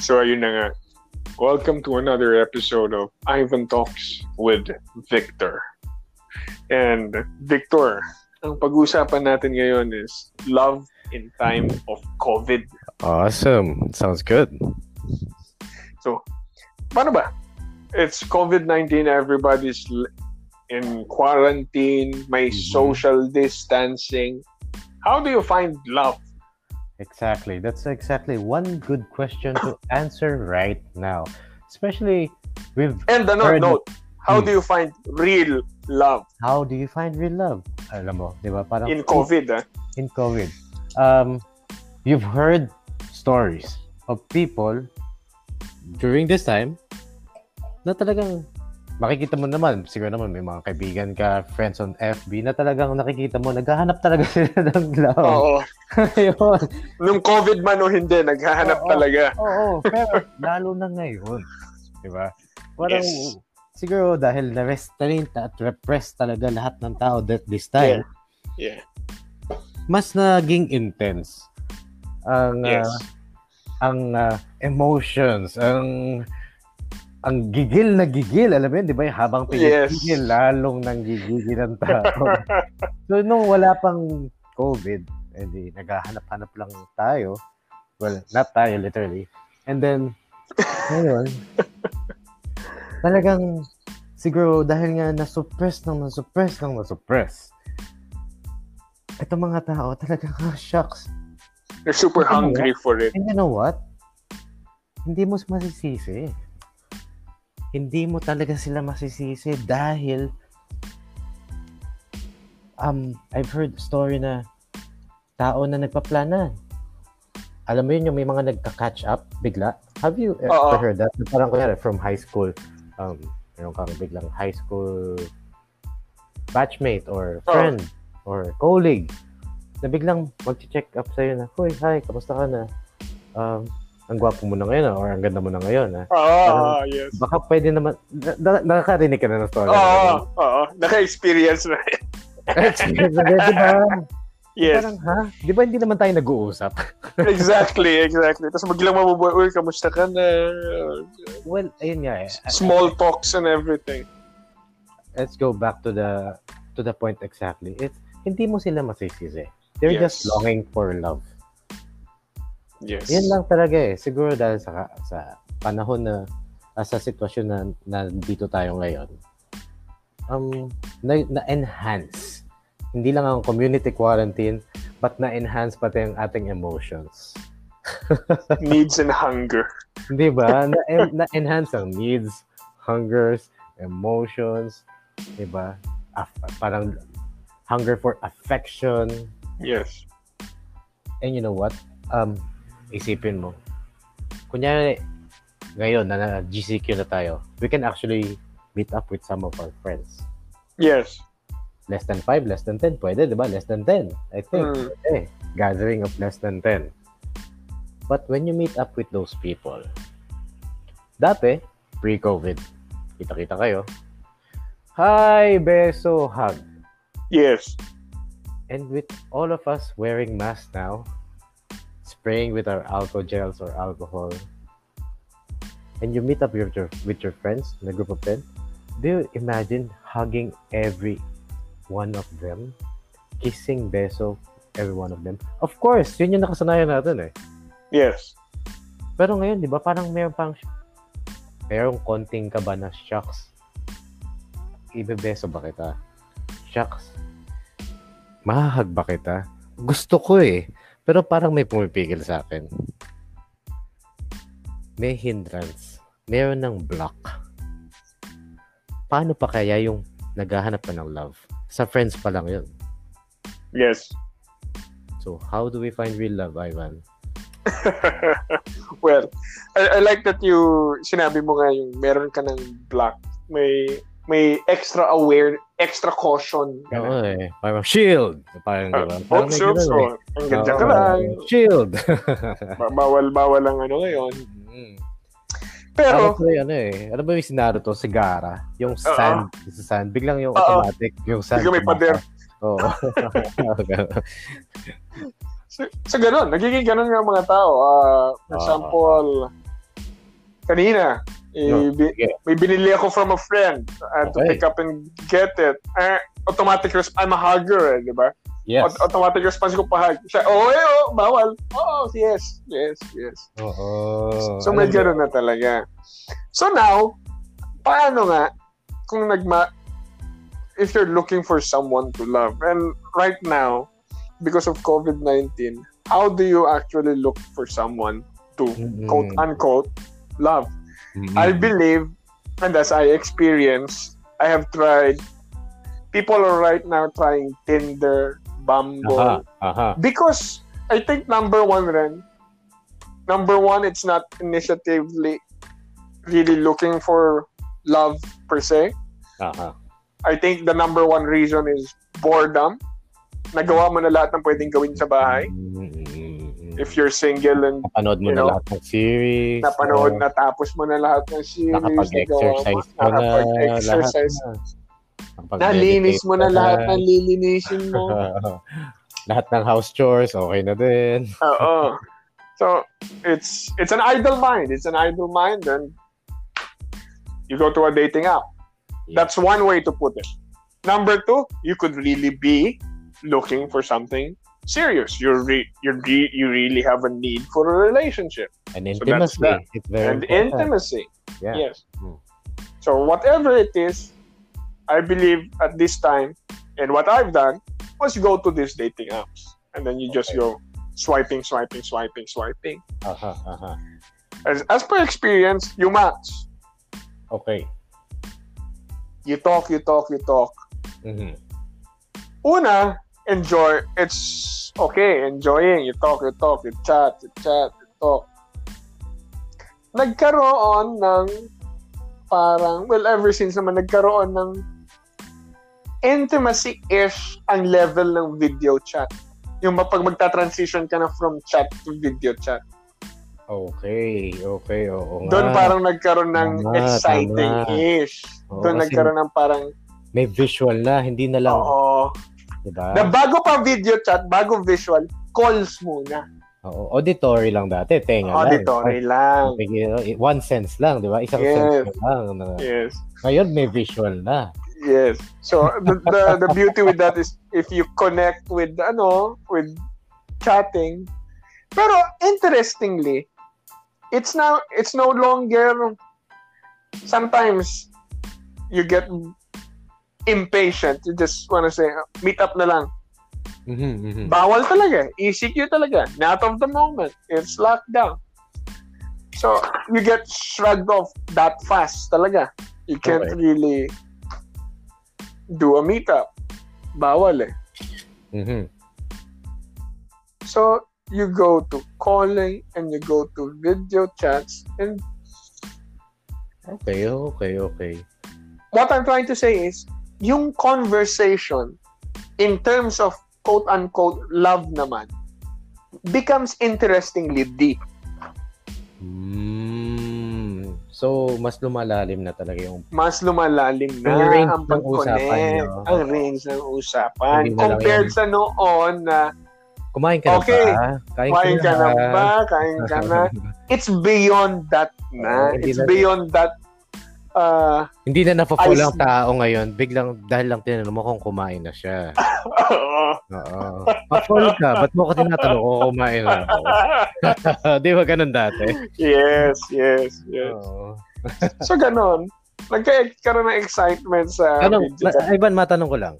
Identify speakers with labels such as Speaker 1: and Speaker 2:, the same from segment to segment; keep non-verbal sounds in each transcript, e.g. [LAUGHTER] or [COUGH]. Speaker 1: So ayun na nga. Welcome to another episode of Ivan Talks with Victor. And Victor, ang pag-uusapan natin ngayon is love in time of COVID.
Speaker 2: Awesome. Sounds good.
Speaker 1: So, paano ba? It's COVID-19, everybody's l- in quarantine, may
Speaker 3: Mhm.
Speaker 1: social distancing. How do you find love?
Speaker 3: Exactly. That's exactly one good question to answer right now. Especially with
Speaker 1: And ano,
Speaker 3: Third-
Speaker 1: note, how
Speaker 3: Hmm.
Speaker 1: do you find real love
Speaker 3: how do you find real love? Alam mo, di ba? Parang
Speaker 1: in COVID? ah?
Speaker 3: in COVID. Um, you've heard stories of people during this time na talagang makikita mo naman, siguro naman may mga kaibigan ka, friends on FB, na talagang nakikita mo, naghahanap talaga [LAUGHS] sila ng love. [LAUGHS]
Speaker 1: Oo.
Speaker 3: Yun.
Speaker 1: Nung COVID man o hindi, naghahanap
Speaker 3: Oo.
Speaker 1: talaga. [LAUGHS]
Speaker 3: Oo, pero lalo na ngayon. Di ba? Parang,
Speaker 1: Yes.
Speaker 3: siguro dahil na-restraint at repressed talaga lahat ng tao that this time,
Speaker 1: Yeah.
Speaker 3: mas naging intense ang
Speaker 1: Yes.
Speaker 3: ah, ang ah, emotions, ang ang gigil na gigil, alam mo yun, di ba? Yung Habang
Speaker 1: Yes.
Speaker 3: pinigigil, lalong nanggigigil ang tao. so, nung wala pang COVID, edi naghahanap-hanap lang tayo. Well, not tayo, literally. And then, ngayon, talagang siguro dahil nga nasuppress ng nasuppress ng nasuppress. Ito mga tao, talagang, [LAUGHS] ah, shucks,
Speaker 1: They're super
Speaker 3: Ano
Speaker 1: hungry for it.
Speaker 3: And you know what? Hindi mo masisisi. Hindi mo talaga sila masisisi dahil um, I've heard story na tao na nagpaplana. Alam mo yun, yung may mga nagka-catch up bigla. Have you ever
Speaker 1: Oo.
Speaker 3: heard that? Parang kunyari, from high school, um, meron kang biglang high school batchmate or
Speaker 1: Oo.
Speaker 3: friend or colleague na biglang mag-check up sa'yo na, Hoy, hi, kamusta ka na? Um, ang gwapo mo na ngayon ah, or ang ganda mo na ngayon. Ah.
Speaker 1: Ah, yes.
Speaker 3: Baka pwede naman, na, na- nakakarinig ka na ng story.
Speaker 1: [LAUGHS] Oo, oo. Naka-experience na. [LAUGHS]
Speaker 3: Experience na ganyan, di ba?
Speaker 1: Yes.
Speaker 3: Parang, ha? Di ba hindi naman tayo nag-uusap?
Speaker 1: Exactly, exactly. Tapos biglang mabubuhay, uy, kamusta ka na?
Speaker 3: well, ayun nga eh.
Speaker 1: Small talks and everything.
Speaker 3: let's go back to the to the point exactly. It's hindi mo sila masisisi. They're just
Speaker 1: Yes.
Speaker 3: longing for love.
Speaker 1: Yes.
Speaker 3: Yan lang talaga eh. Siguro dahil sa sa panahon na ah, sa sitwasyon na nandito tayo ngayon. Um na, enhance hindi lang ang community quarantine but na-enhance pati ang ating emotions.
Speaker 1: Needs and hunger.
Speaker 3: Di ba? Na, na-enhance ang needs, hungers, emotions, di ba? Af- parang hunger for affection.
Speaker 1: Yes.
Speaker 3: And you know what? Um, isipin mo. Kunyari, ngayon na, na GCQ na tayo, we can actually meet up with some of our friends.
Speaker 1: Yes.
Speaker 3: Less than 5, less than 10. Pwede, di ba? Less than 10. I think.
Speaker 1: Mm.
Speaker 3: eh, gathering of less than 10. But when you meet up with those people, dati, pre-COVID, kita-kita kayo, hi, beso, hug.
Speaker 1: Yes.
Speaker 3: And with all of us wearing masks now, spraying with our alcohol gels or alcohol, and you meet up with your, with your friends, in a group of 10, do you imagine hugging every one of them? Kissing, beso, every one of them? Of course, yun yung nakasanayan natin eh.
Speaker 1: Yes.
Speaker 3: Pero ngayon, di ba, parang meron pang, merong konting ka ba na, shucks, ibebeso ba kita? Shucks, mahahag ba kita? Gusto ko eh. Pero parang may pumipigil sa akin. May hindrance. Meron ng block. Paano pa kaya yung naghahanap pa ng love? Sa friends pa lang yun.
Speaker 1: Yes.
Speaker 3: So, how do we find real love, Ivan?
Speaker 1: [LAUGHS] well, I, I like that you sinabi mo nga yung meron ka ng block. May may extra aware, extra caution.
Speaker 3: Oo eh. Parang shield! Parang, di ba?
Speaker 1: Oh,
Speaker 3: may
Speaker 1: so,
Speaker 3: ganun eh.
Speaker 1: so, ang ganda ka
Speaker 3: Oo,
Speaker 1: lang.
Speaker 3: Shield.
Speaker 1: Ba- Bawal-bawal ang ano ngayon.
Speaker 3: Mm. Parang
Speaker 1: Pero,
Speaker 3: ko yung ano eh. Ano ba yung sinaro to? Sigara. Yung sand. Sa sand. Biglang yung
Speaker 1: Oo.
Speaker 3: automatic. Yung sand.
Speaker 1: Biglang may pader.
Speaker 3: tumaka. Oo.
Speaker 1: [LAUGHS]
Speaker 3: [LAUGHS]
Speaker 1: sa, sa ganun, nagiging ganun nga ang mga tao. Ah, for
Speaker 3: Ah.
Speaker 1: example, Kanina, eh,
Speaker 3: No,
Speaker 1: bi-
Speaker 3: sige.
Speaker 1: may binili ako from a friend. I had to
Speaker 3: Okay.
Speaker 1: pick up and get it. Eh, automatic response. I'm a hugger, eh, di ba?
Speaker 3: Yes.
Speaker 1: Aut- automatic response ko pa hug. Siya, oo, eh, oo, bawal. Oo, yes, yes, yes.
Speaker 3: Oo.
Speaker 1: So, may ganun na talaga. So now, paano nga kung nagma... If you're looking for someone to love, and right now, because of COVID-19, how do you actually look for someone to,
Speaker 3: Hmm.
Speaker 1: quote-unquote, love? I believe, and as I experience, I have tried. People are right now trying Tinder, Bumble,
Speaker 3: Aha, aha.
Speaker 1: because I think number one rin, number one, it's not initiatively really looking for love per se.
Speaker 3: Aha.
Speaker 1: I think the number one reason is boredom. Nagawa mo na lahat ng pwedeng gawin sa bahay. If you're single and
Speaker 3: Napanood mo
Speaker 1: you
Speaker 3: na
Speaker 1: know,
Speaker 3: lahat ng series.
Speaker 1: napanood,
Speaker 3: na.
Speaker 1: natapos mo na lahat ng series.
Speaker 3: Nakapag-exercise
Speaker 1: nagawa
Speaker 3: mo na.
Speaker 1: Nakapag-exercise.
Speaker 3: Nakapag
Speaker 1: Nalilinis mo na lahat ng lilinisin mo.
Speaker 3: [LAUGHS] lahat ng house chores, okay na din.
Speaker 1: Oo. So it's it's an idle mind. It's an idle mind, and you go to a dating app.
Speaker 3: Yeah.
Speaker 1: That's one way to put it. Number two, you could really be looking for something serious. You're re- you're re- you really have a need for a relationship
Speaker 3: And
Speaker 1: So that's
Speaker 3: intimacy.
Speaker 1: that.
Speaker 3: It's very
Speaker 1: and
Speaker 3: important.
Speaker 1: intimacy.
Speaker 3: Yeah.
Speaker 1: Yes.
Speaker 3: Mm.
Speaker 1: So whatever it is, I believe at this time, and what I've done was go to these dating apps, and then you just
Speaker 3: Okay.
Speaker 1: go swiping, swiping, swiping, swiping.
Speaker 3: Aha, aha.
Speaker 1: As as per experience, you match.
Speaker 3: Okay.
Speaker 1: You talk, you talk, you talk.
Speaker 3: Mhm.
Speaker 1: Una, enjoy. It's okay, enjoying. You talk, you talk, you chat, you chat, you talk. Nagkaroon ng parang, well, ever since naman, nagkaroon ng intimacy-ish ang level ng video chat. Yung pag magta-transition ka na from chat to video chat.
Speaker 3: Okay, okay, oo nga.
Speaker 1: Doon parang nagkaroon ng
Speaker 3: Tama,
Speaker 1: exciting-ish.
Speaker 3: Oo,
Speaker 1: Doon
Speaker 3: kasi-
Speaker 1: nagkaroon ng parang,
Speaker 3: May visual na, hindi na lang,
Speaker 1: oo.
Speaker 3: di ba?
Speaker 1: Na bago pa video chat, bago visual, calls muna.
Speaker 3: Oo, auditory lang dati, tenga
Speaker 1: Auditory
Speaker 3: lang.
Speaker 1: lang.
Speaker 3: Auditory. One sense lang, di ba? Isang
Speaker 1: Yes.
Speaker 3: sense lang. na-
Speaker 1: Yes.
Speaker 3: Ngayon may visual na.
Speaker 1: Yes. So the, the the beauty with that is if you connect with ano, with chatting. Pero interestingly, it's now it's no longer sometimes you get impatient. You just want to say meet up na lang.
Speaker 3: Mhm, mhm.
Speaker 1: Bawal talaga. ECQ talaga. Not of the moment. It's lockdown. So, you get shrugged off that fast talaga. You can't
Speaker 3: Okay.
Speaker 1: really do a meetup. Bawal eh.
Speaker 3: Mhm.
Speaker 1: So, you go to calling and you go to video chats. And
Speaker 3: Okay, okay, okay.
Speaker 1: what I'm trying to say is, yung conversation in terms of quote-unquote love naman becomes interestingly deep.
Speaker 3: Mm. So, mas lumalalim na talaga yung
Speaker 1: mas lumalalim na
Speaker 3: Ang range
Speaker 1: ang
Speaker 3: ng
Speaker 1: pag-connect,
Speaker 3: usapan niyo.
Speaker 1: ang range ng usapan.
Speaker 3: Hindi na lang
Speaker 1: Compared
Speaker 3: yung-
Speaker 1: sa noon na
Speaker 3: Kumain ka
Speaker 1: Okay.
Speaker 3: na ba? Kain,
Speaker 1: kain ka na ba, kain ka
Speaker 3: [LAUGHS]
Speaker 1: na. It's beyond that na.
Speaker 3: Oo, hindi
Speaker 1: It's
Speaker 3: na-
Speaker 1: beyond that uh, [LAUGHS]
Speaker 3: Hindi na
Speaker 1: Ice-
Speaker 3: napafull ang tao ngayon. Biglang, dahil lang tinanong mo kung kumain na siya. Oo. Pa-full ka. Ba't mo ko tinatanong kung kumain na ako? [LAUGHS] Di ba ganun dati?
Speaker 1: yes, yes, yes.
Speaker 3: Oo.
Speaker 1: So, ganon. Nagkaroon ng excitement sa
Speaker 3: Tanong,
Speaker 1: video
Speaker 3: ma-
Speaker 1: chat.
Speaker 3: Ivan, matanong ko lang.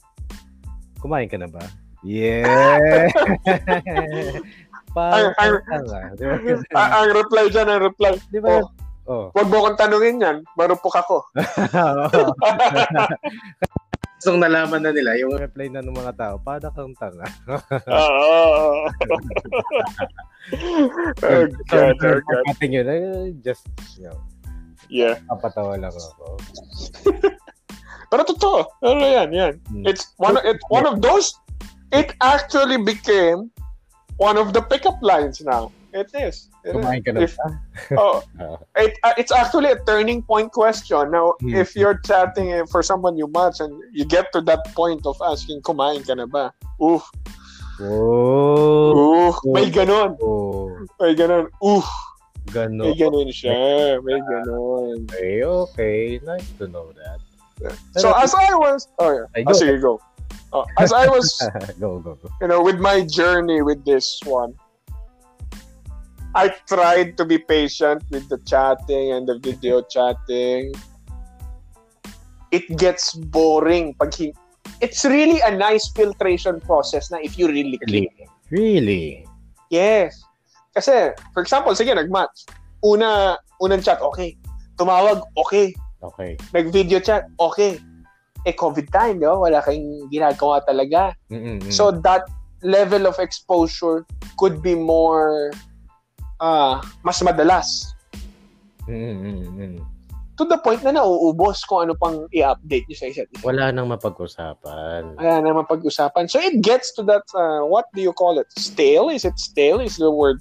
Speaker 3: Kumain ka na ba? [LAUGHS] Yeah! Parang
Speaker 1: Ang- ang-
Speaker 3: tanga. Di ba?
Speaker 1: Ah, ang reply dyan, ang reply.
Speaker 3: Di ba? [LAUGHS]
Speaker 1: [LAUGHS]
Speaker 3: Oh.
Speaker 1: Huwag mo kong tanungin yan. Marupok
Speaker 3: [LAUGHS]
Speaker 1: ako.
Speaker 3: Gustong nalaman na nila yung reply na ng mga tao, para kang tanga.
Speaker 1: Ah, Oo. [LAUGHS] oh, God, oh, God.
Speaker 3: Pagkating yun, eh, just, you know,
Speaker 1: Yeah.
Speaker 3: kapatawa lang ako.
Speaker 1: Pero totoo. Ano yan, yan.
Speaker 3: Hmm.
Speaker 1: It's one, it's one of those, it actually became one of the pickup lines now. It is. It is.
Speaker 3: Kumain ka na
Speaker 1: If-
Speaker 3: ba?
Speaker 1: Oh,
Speaker 3: Ah,
Speaker 1: it, uh, it's actually a turning point question. Now,
Speaker 3: Hmm.
Speaker 1: if you're chatting eh, for someone you match and you get to that point of asking, kumain ka na ba? Oof,
Speaker 3: Whoa!
Speaker 1: oof, may ganon,
Speaker 3: Oh,
Speaker 1: may ganon, oof. May
Speaker 3: Gano.
Speaker 1: ganun siya. May ganun.
Speaker 3: Okay, okay. Nice to know that. [LAUGHS]
Speaker 1: So as I was, oh yeah,
Speaker 3: Ay,
Speaker 1: Ah,
Speaker 3: go.
Speaker 1: sige, go. Oh, as I was, [LAUGHS]
Speaker 3: go, go, go.
Speaker 1: you know, with my journey with this one, I tried to be patient with the chatting and the video chatting. It gets boring pag hin- It's really a nice filtration process na if you really click.
Speaker 3: Really? Really?
Speaker 1: Yes. Kasi, for example, sige, nag-match. Una, unang chat, okay. Tumawag, okay.
Speaker 3: Okay.
Speaker 1: Nag-video chat, okay. Eh, COVID time, no? Wala kayong ginagawa talaga.
Speaker 3: Mm-mm-mm.
Speaker 1: So, that level of exposure could be more, ah, mas madalas.
Speaker 3: Mm, Mm-mm-mm.
Speaker 1: To the point na nauubos kung ano pang i-update nyo sa isa't isa.
Speaker 3: Wala nang mapag-usapan.
Speaker 1: Wala na mapag-usapan. So, it gets to that, ah, what do you call it? Stale? Is it stale? Is the word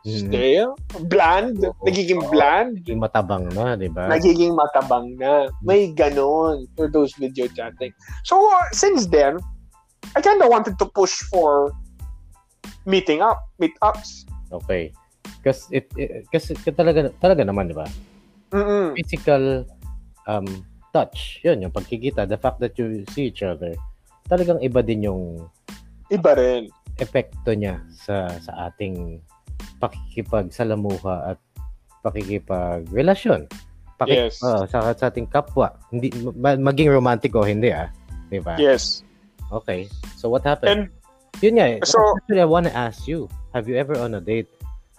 Speaker 3: Mm.
Speaker 1: stale? Bland?
Speaker 3: Oo. Ah.
Speaker 1: Nagiging
Speaker 3: Oo.
Speaker 1: bland?
Speaker 3: Naging matabang na, di ba?
Speaker 1: nagiging matabang na. May ganon for those video chatting. So, uh, since then, I kind of wanted to push for meeting up, meetups.
Speaker 3: Okay. Kasi it, it kasi talaga talaga naman, di ba?
Speaker 1: Mm-mm.
Speaker 3: Physical um touch. 'Yun yung pagkikita, the fact that you see each other. Talagang iba din yung
Speaker 1: Iba rin.
Speaker 3: epekto niya sa sa ating pakikipagsalamuha at pakikipagrelasyon. Pakik-
Speaker 1: Yes.
Speaker 3: oh, sa, sa ating kapwa. Hindi ma- maging romantic o hindi ah. 'Di ba?
Speaker 1: Yes.
Speaker 3: Okay. So what happened?
Speaker 1: And
Speaker 3: Yun nga. eh.
Speaker 1: so-
Speaker 3: actually, I want to ask you, have you ever on a date?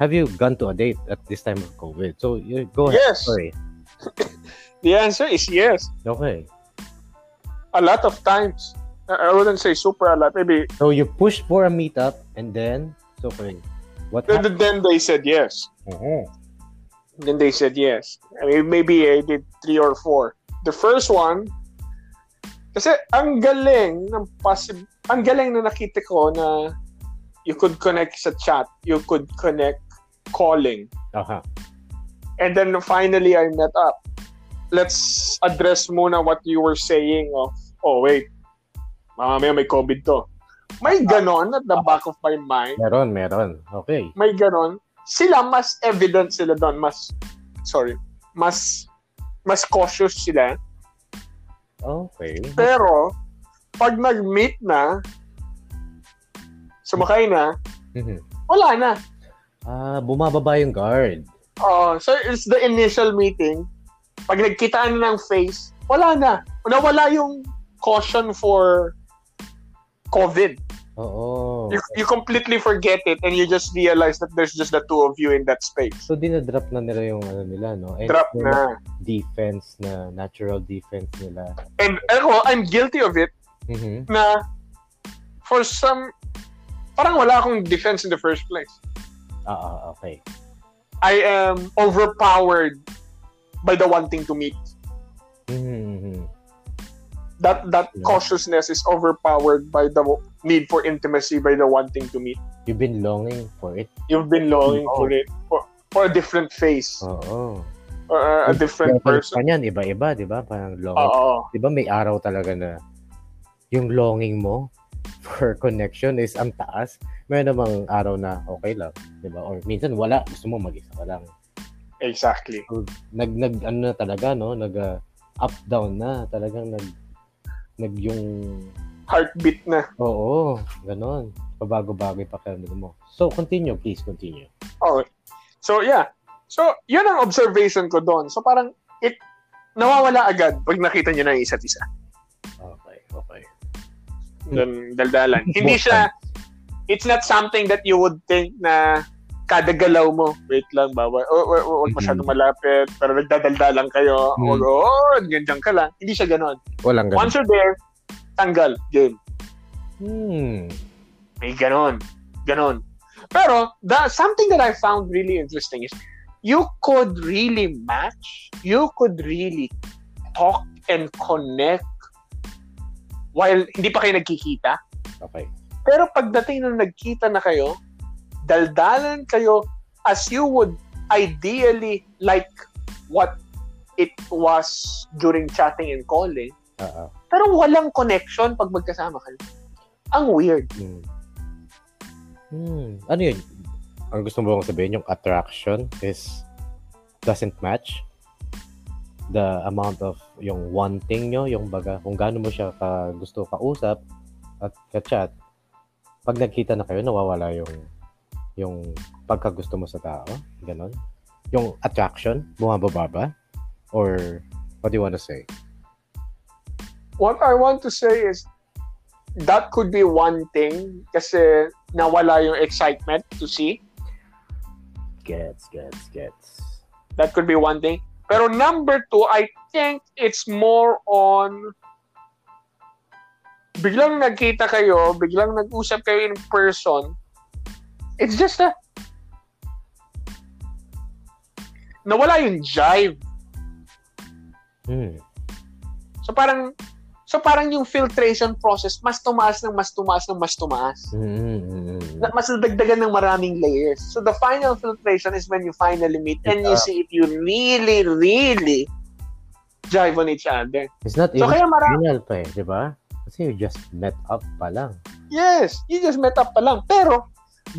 Speaker 3: Have you gone to a date at this time of COVID? So you go ahead.
Speaker 1: yes,
Speaker 3: Sorry.
Speaker 1: the answer is yes.
Speaker 3: Okay.
Speaker 1: A lot of times. I I wouldn't say super a lot. Maybe
Speaker 3: So you pushed for a meetup and then so okay. What
Speaker 1: th- th-
Speaker 3: happened?
Speaker 1: then they said yes.
Speaker 3: Mhm.
Speaker 1: Then they said yes. I mean, maybe I did three or four. The first one, kasi ang galing ng possi- ang galing na nakita ko na you could connect sa chat, you could connect calling.
Speaker 3: Aha.
Speaker 1: And then finally, I met up. Let's address muna what you were saying of, oh wait, mamaya may COVID to. May ganon at the back of my mind.
Speaker 3: Meron, meron. Okay.
Speaker 1: may ganon, sila mas evident sila doon, mas, sorry, mas, mas cautious sila.
Speaker 3: Okay.
Speaker 1: Pero, pag nag-meet na, sumakay na,
Speaker 3: Mhm.
Speaker 1: wala na.
Speaker 3: Ah, bumababa yung guard.
Speaker 1: Oo, so, it's the initial meeting. Pag nagkitaan na ng face, wala na. Nawala yung caution for COVID.
Speaker 3: Oo.
Speaker 1: You, you completely forget it and you just realize that there's just the two of you in that space.
Speaker 3: So dinadrop na nila yung ano nila, no? And
Speaker 1: Trap
Speaker 3: yung
Speaker 1: na.
Speaker 3: Defense na, natural defense nila.
Speaker 1: And eh, ako, I'm guilty of it.
Speaker 3: Mhm.
Speaker 1: na for some parang wala akong defense in the first place.
Speaker 3: Ah, ah, okay.
Speaker 1: I am overpowered by the wanting to meet.
Speaker 3: Mhm.
Speaker 1: That that
Speaker 3: Yeah.
Speaker 1: cautiousness is overpowered by the need for intimacy by the wanting to meet.
Speaker 3: You've been longing for it.
Speaker 1: You've been longing
Speaker 3: Oh.
Speaker 1: for it for, for a different face
Speaker 3: Oo.
Speaker 1: or a different
Speaker 3: Level pa
Speaker 1: person.
Speaker 3: niyan, iba-iba, di ba? Parang longing.
Speaker 1: Oo.
Speaker 3: Di ba may araw talaga na yung longing mo [LAUGHS] for connection is ang taas. Meron namang araw na okay lang, di ba? Or minsan wala, gusto mo mag-isa ka lang.
Speaker 1: Exactly.
Speaker 3: nag nag ano na talaga no nag ah, up down na talagang nag nag yung
Speaker 1: Heartbeat na.
Speaker 3: oo ganon pabago-bago pa mo so continue please continue
Speaker 1: Okay. So, yeah. So, yun ang observation ko doon. So, parang it nawawala agad pag nakita niyo na yung isa't isa.
Speaker 3: okay okay
Speaker 1: ng daldalan. Hindi siya, it's not something that you would think na kada galaw mo, wait lang, Oh, bawa, o, o, o, huwag masyadong malapit, pero nagdadaldalan kayo, o,
Speaker 3: Mhm.
Speaker 1: oh, ganyan ka lang. Hindi siya ganon.
Speaker 3: walang ganon
Speaker 1: Once you're there, tanggal, game.
Speaker 3: hmm
Speaker 1: May ganon. Ganon. Pero, the, something that I found really interesting is, you could really match, you could really talk and connect while hindi pa kayo nagkikita.
Speaker 3: okay
Speaker 1: Pero pagdating nung nagkita na kayo, daldalan kayo as you would ideally like what it was during chatting and calling.
Speaker 3: ah ah.
Speaker 1: Pero walang connection pag magkasama kayo. Ang weird.
Speaker 3: hmm. Hmm. ano yun ang gusto mo kong sabihin, yung attraction is doesn't match the amount of yung wanting nyo, yung baga, kung gaano mo siya ka gusto kausap at ka-chat, pag nagkita na kayo, nawawala yung yung pagkagusto mo sa tao, ganon. Yung attraction, bumababa ba? Or what do you want to say?
Speaker 1: What I want to say is that could be one thing kasi nawala yung excitement to see.
Speaker 4: Gets, gets, gets.
Speaker 1: That could be one thing. Pero number two, I think it's more on biglang nagkita kayo, biglang nag-usap kayo in person, it's just a nawala yung jive.
Speaker 3: Hmm.
Speaker 1: So parang so parang yung filtration process mas tumaas ng mas tumaas ng mas tumaas.
Speaker 3: Mm-hmm.
Speaker 1: Na- Mas nadagdagan ng maraming layers. So the final filtration is when you finally meet and you see if you really really jive on each other.
Speaker 3: It's not
Speaker 1: So
Speaker 3: even
Speaker 1: kaya marami
Speaker 3: final pa eh, di ba? Kasi you just met up pa lang.
Speaker 1: Yes, you just met up pa lang. Pero,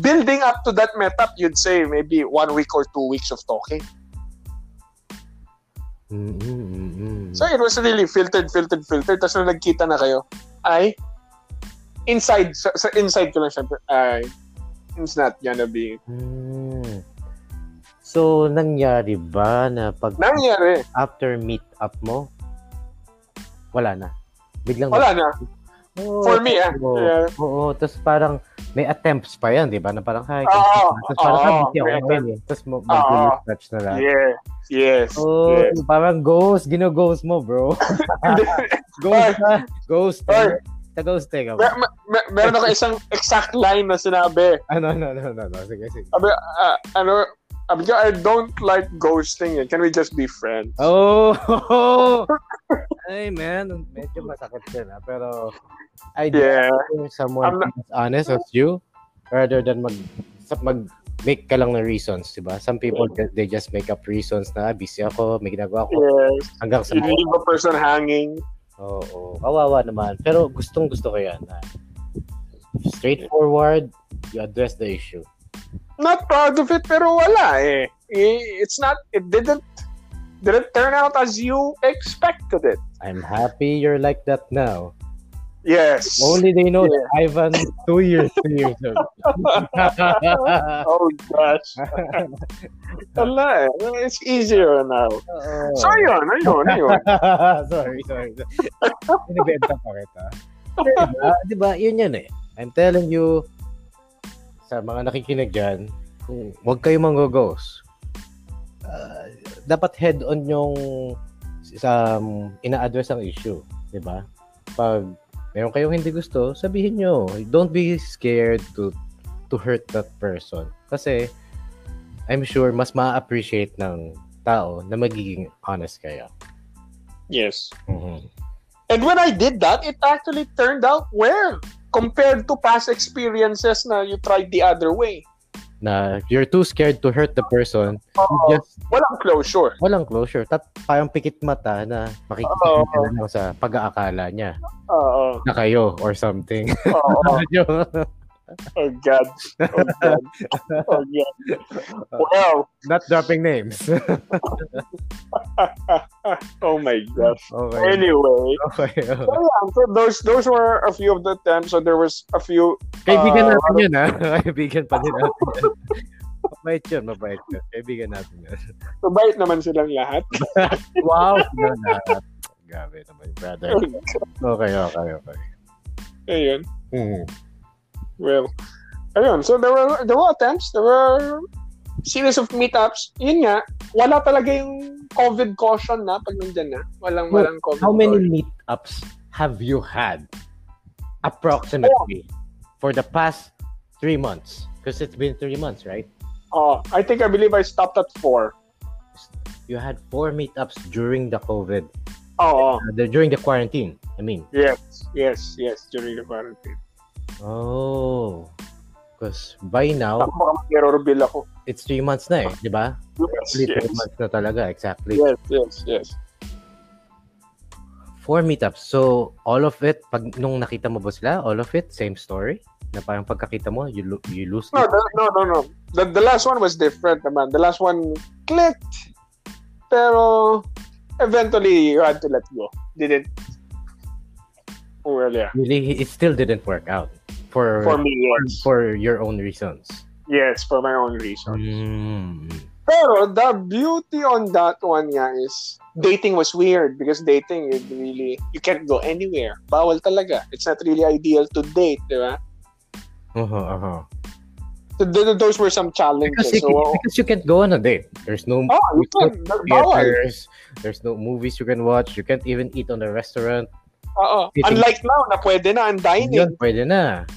Speaker 1: building up to that met up, you'd say maybe one week or two weeks of talking.
Speaker 3: Mm-hmm.
Speaker 1: So, it was really filtered, filtered, filtered. Tapos nung nagkita na kayo, ay, inside, sa, sa inside ko lang syempre, ay, it's not gonna be.
Speaker 3: Hmm. So, nangyari ba na pag
Speaker 1: Nangyari,
Speaker 3: after meet up mo, wala na? Biglang
Speaker 1: wala na.
Speaker 3: Oo,
Speaker 1: For me, ah.
Speaker 3: oo.
Speaker 1: Yeah.
Speaker 3: oh, Oo, tapos parang may attempts pa yan, di ba? Na parang, hi,
Speaker 1: Oo,
Speaker 3: tapos
Speaker 1: oo,
Speaker 3: parang, ah, busy ako
Speaker 1: may
Speaker 3: ngayon eh. Tapos mag- touch na lang.
Speaker 1: Yeah, Ah. yes,
Speaker 3: Oh,
Speaker 1: yes.
Speaker 3: parang ghost, gino-ghost mo,
Speaker 1: [LAUGHS]
Speaker 3: bro. [LAUGHS] ghost na, ghost.
Speaker 1: Oy.
Speaker 3: Ghost ka ba?
Speaker 1: Mer- mer- mer- meron ako isang exact line na sinabi.
Speaker 3: [LAUGHS] Ano, ano, ano, ano, ano, sige, sige.
Speaker 1: Sabi, ah, ano, sabi ko, I don't like ghosting. eh. Can we just be friends?
Speaker 3: Oh!
Speaker 1: [LAUGHS]
Speaker 3: Ay, man, medyo masakit din, ah. Pero, I do
Speaker 1: Yeah.
Speaker 3: prefer someone
Speaker 1: I'm not-
Speaker 3: as honest as you rather than mag sa mag make ka lang ng reasons, 'di ba? Some people they just make up reasons na "Ah, busy ako, may ginagawa ako
Speaker 1: Yes.
Speaker 3: hanggang sa
Speaker 1: You leave a person hanging.
Speaker 3: Oo, oh, kawawa naman. Pero gustong gusto ko 'yan. na straightforward, you address the issue.
Speaker 1: Not proud of it, pero wala eh. I- It's not, it didn't, didn't turn out as you expected it.
Speaker 3: I'm happy you're like that now.
Speaker 1: Yes.
Speaker 3: Only they know
Speaker 1: Yeah.
Speaker 3: that Ivan two years, three years [LAUGHS] old.
Speaker 1: [LAUGHS] Oh gosh. wala eh. It's easier now.
Speaker 3: Oo.
Speaker 1: So yun, ayun, ayun.
Speaker 3: [LAUGHS] sorry, sorry. Inibenta pa kita. Diba? diba? Yun yan eh. I'm telling you, sa mga nakikinig dyan, kung huwag kayo manggogos. Uh, dapat head-on yung sa um, ina-address ang issue. Diba? Pag meron kayong hindi gusto, sabihin nyo. Don't be scared to to hurt that person. Kasi, I'm sure mas ma-appreciate ng tao na magiging honest kayo.
Speaker 1: yes. And when I did that, it actually turned out well compared to past experiences na you tried the other way.
Speaker 3: Na you're too scared to hurt the person, you
Speaker 1: Oo.
Speaker 3: just
Speaker 1: Uh, Walang closure.
Speaker 3: walang closure. Tat parang pikit mata na makikita
Speaker 1: Oo.
Speaker 3: ka lang sa pag-aakala niya
Speaker 1: Oo.
Speaker 3: na kayo or something. [LAUGHS]
Speaker 1: uh, Oo.
Speaker 3: Yung-
Speaker 1: Oh God. Oh God. Oh God. Wow.
Speaker 3: Not dropping names. [LAUGHS]
Speaker 1: Oh my God.
Speaker 3: okay.
Speaker 1: Anyway.
Speaker 3: Okay.
Speaker 1: So, yeah, so those those were a few of the attempts. So there was a few.
Speaker 3: Kaibigan
Speaker 1: Ah,
Speaker 3: natin yun, ha? [LAUGHS] Kaibigan pa din natin yun. Mabait yun, mabait yun. Kaibigan natin yun.
Speaker 1: Mabait naman silang lahat. [LAUGHS]
Speaker 3: Wow! [LAUGHS] Yun, ha? Grabe naman yung brother. Okay, okay, okay.
Speaker 1: ayun.
Speaker 3: Hmm.
Speaker 1: Well, ayun. So there were there were attempts. There were series of meetups. Yun nga, wala talaga yung COVID caution na pag nandyan na. Walang,
Speaker 3: Well,
Speaker 1: walang COVID
Speaker 3: How many
Speaker 1: caution.
Speaker 3: meetups have you had approximately for the past three months? Because it's been three months, right?
Speaker 1: Oh, I think I believe I stopped at four.
Speaker 3: You had four meetups during the COVID,
Speaker 1: Oh, oh.
Speaker 3: uh, the- during the quarantine. I mean,
Speaker 1: yes. Yes, yes. During the quarantine.
Speaker 3: oh, because by now
Speaker 1: Takbo ka mag-error bill ako.
Speaker 3: it's three months na, eh, di ba?
Speaker 1: Yes,
Speaker 3: Exactly three
Speaker 1: yes.
Speaker 3: months na talaga, exactly.
Speaker 1: Yes, yes, yes.
Speaker 3: Four meetups. So all of it, pag nung nakita mo ba sila, all of it, same story. Na parang pagkakita mo, you, lo- you lose
Speaker 1: No,
Speaker 3: it.
Speaker 1: the, no, no, no. The, the last one was different naman. The last one clicked. Pero eventually you had to let go. Didn't Well, yeah.
Speaker 3: Really, it still didn't work out. For
Speaker 1: For me, yes.
Speaker 3: for your own reasons.
Speaker 1: yes, for my own reasons.
Speaker 3: Mm.
Speaker 1: Pero the beauty on that one nga is dating was weird because dating you really you can't go anywhere. Bawal talaga. It's not really ideal to date, di ba?
Speaker 3: Uh-huh, uh-huh.
Speaker 1: So th- those were some
Speaker 3: Because,
Speaker 1: challenges.
Speaker 3: you, can-
Speaker 1: So,
Speaker 3: because you can't go on a date. There's no
Speaker 1: oh, you
Speaker 3: no
Speaker 1: can. Bawal.
Speaker 3: theaters. There's no movies you can watch. You can't even eat on a restaurant.
Speaker 1: Oo.
Speaker 3: Dating-
Speaker 1: Unlike now na pwede na eh. ang dining.
Speaker 3: Yun, pwede na.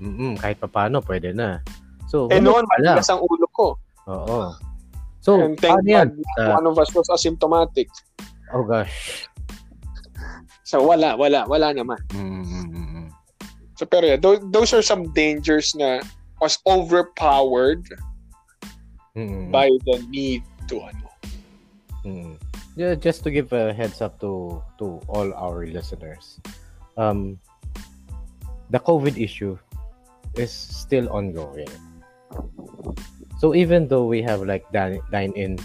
Speaker 3: Mm-mm, kahit papano, pwede na. So,
Speaker 1: Eh
Speaker 3: wala
Speaker 1: noon,
Speaker 3: pala.
Speaker 1: matigas ang ulo ko.
Speaker 3: Oo. So,
Speaker 1: And thank
Speaker 3: paano yan?
Speaker 1: God,
Speaker 3: Ah.
Speaker 1: one of us was asymptomatic.
Speaker 3: Oh gosh.
Speaker 1: So wala, wala, wala naman.
Speaker 3: Mm-mm-mm.
Speaker 1: Mm-hmm. So pero yeah, those, those are some dangers na was overpowered
Speaker 3: Mm-mm.
Speaker 1: by the need to ano.
Speaker 3: Mm. Yeah, just to give a heads up to to all our listeners, um, the COVID issue is still ongoing. So even though we have like dine in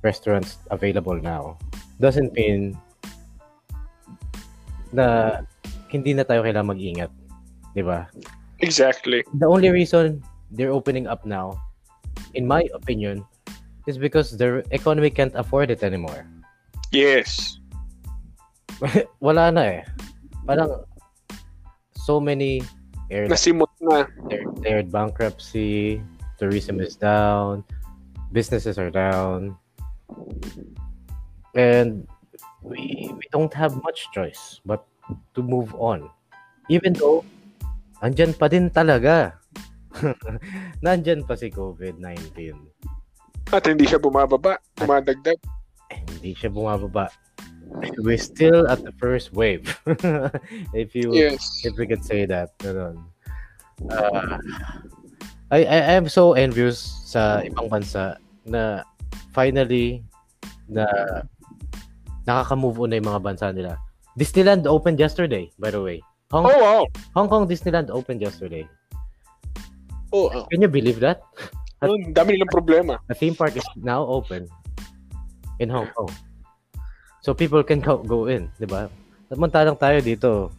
Speaker 3: restaurants available now, doesn't mean na hindi na tayo kailangan mag-ingat, di ba?
Speaker 1: Exactly.
Speaker 3: the only reason they're opening up now, in my opinion, is because their economy can't afford it anymore.
Speaker 1: Yes.
Speaker 3: Wala na eh. Parang so many airlines
Speaker 1: Nasimot na.
Speaker 3: declared bankruptcy, tourism is down, businesses are down, and we, we don't have much choice but to move on. Even though, andyan pa din talaga. [LAUGHS] nandyan pa si COVID-19.
Speaker 1: At hindi siya bumababa. Tumadagdag.
Speaker 3: Eh, hindi siya bumababa. We're still at the first wave. [LAUGHS] if you
Speaker 1: Yes.
Speaker 3: if we could say that. Ganun. Uh, I, I I'm so envious sa ibang bansa na finally na nakaka-move on na yung mga bansa nila. Disneyland opened yesterday, by the way. Hong,
Speaker 1: Oh, wow.
Speaker 3: Hong Kong Disneyland opened yesterday.
Speaker 1: Oh, wow.
Speaker 3: Can you believe that?
Speaker 1: Ang dami nilang problema.
Speaker 3: The theme park is now open in Hong Kong. So people can go, go in, di ba? Samantalang tayo dito,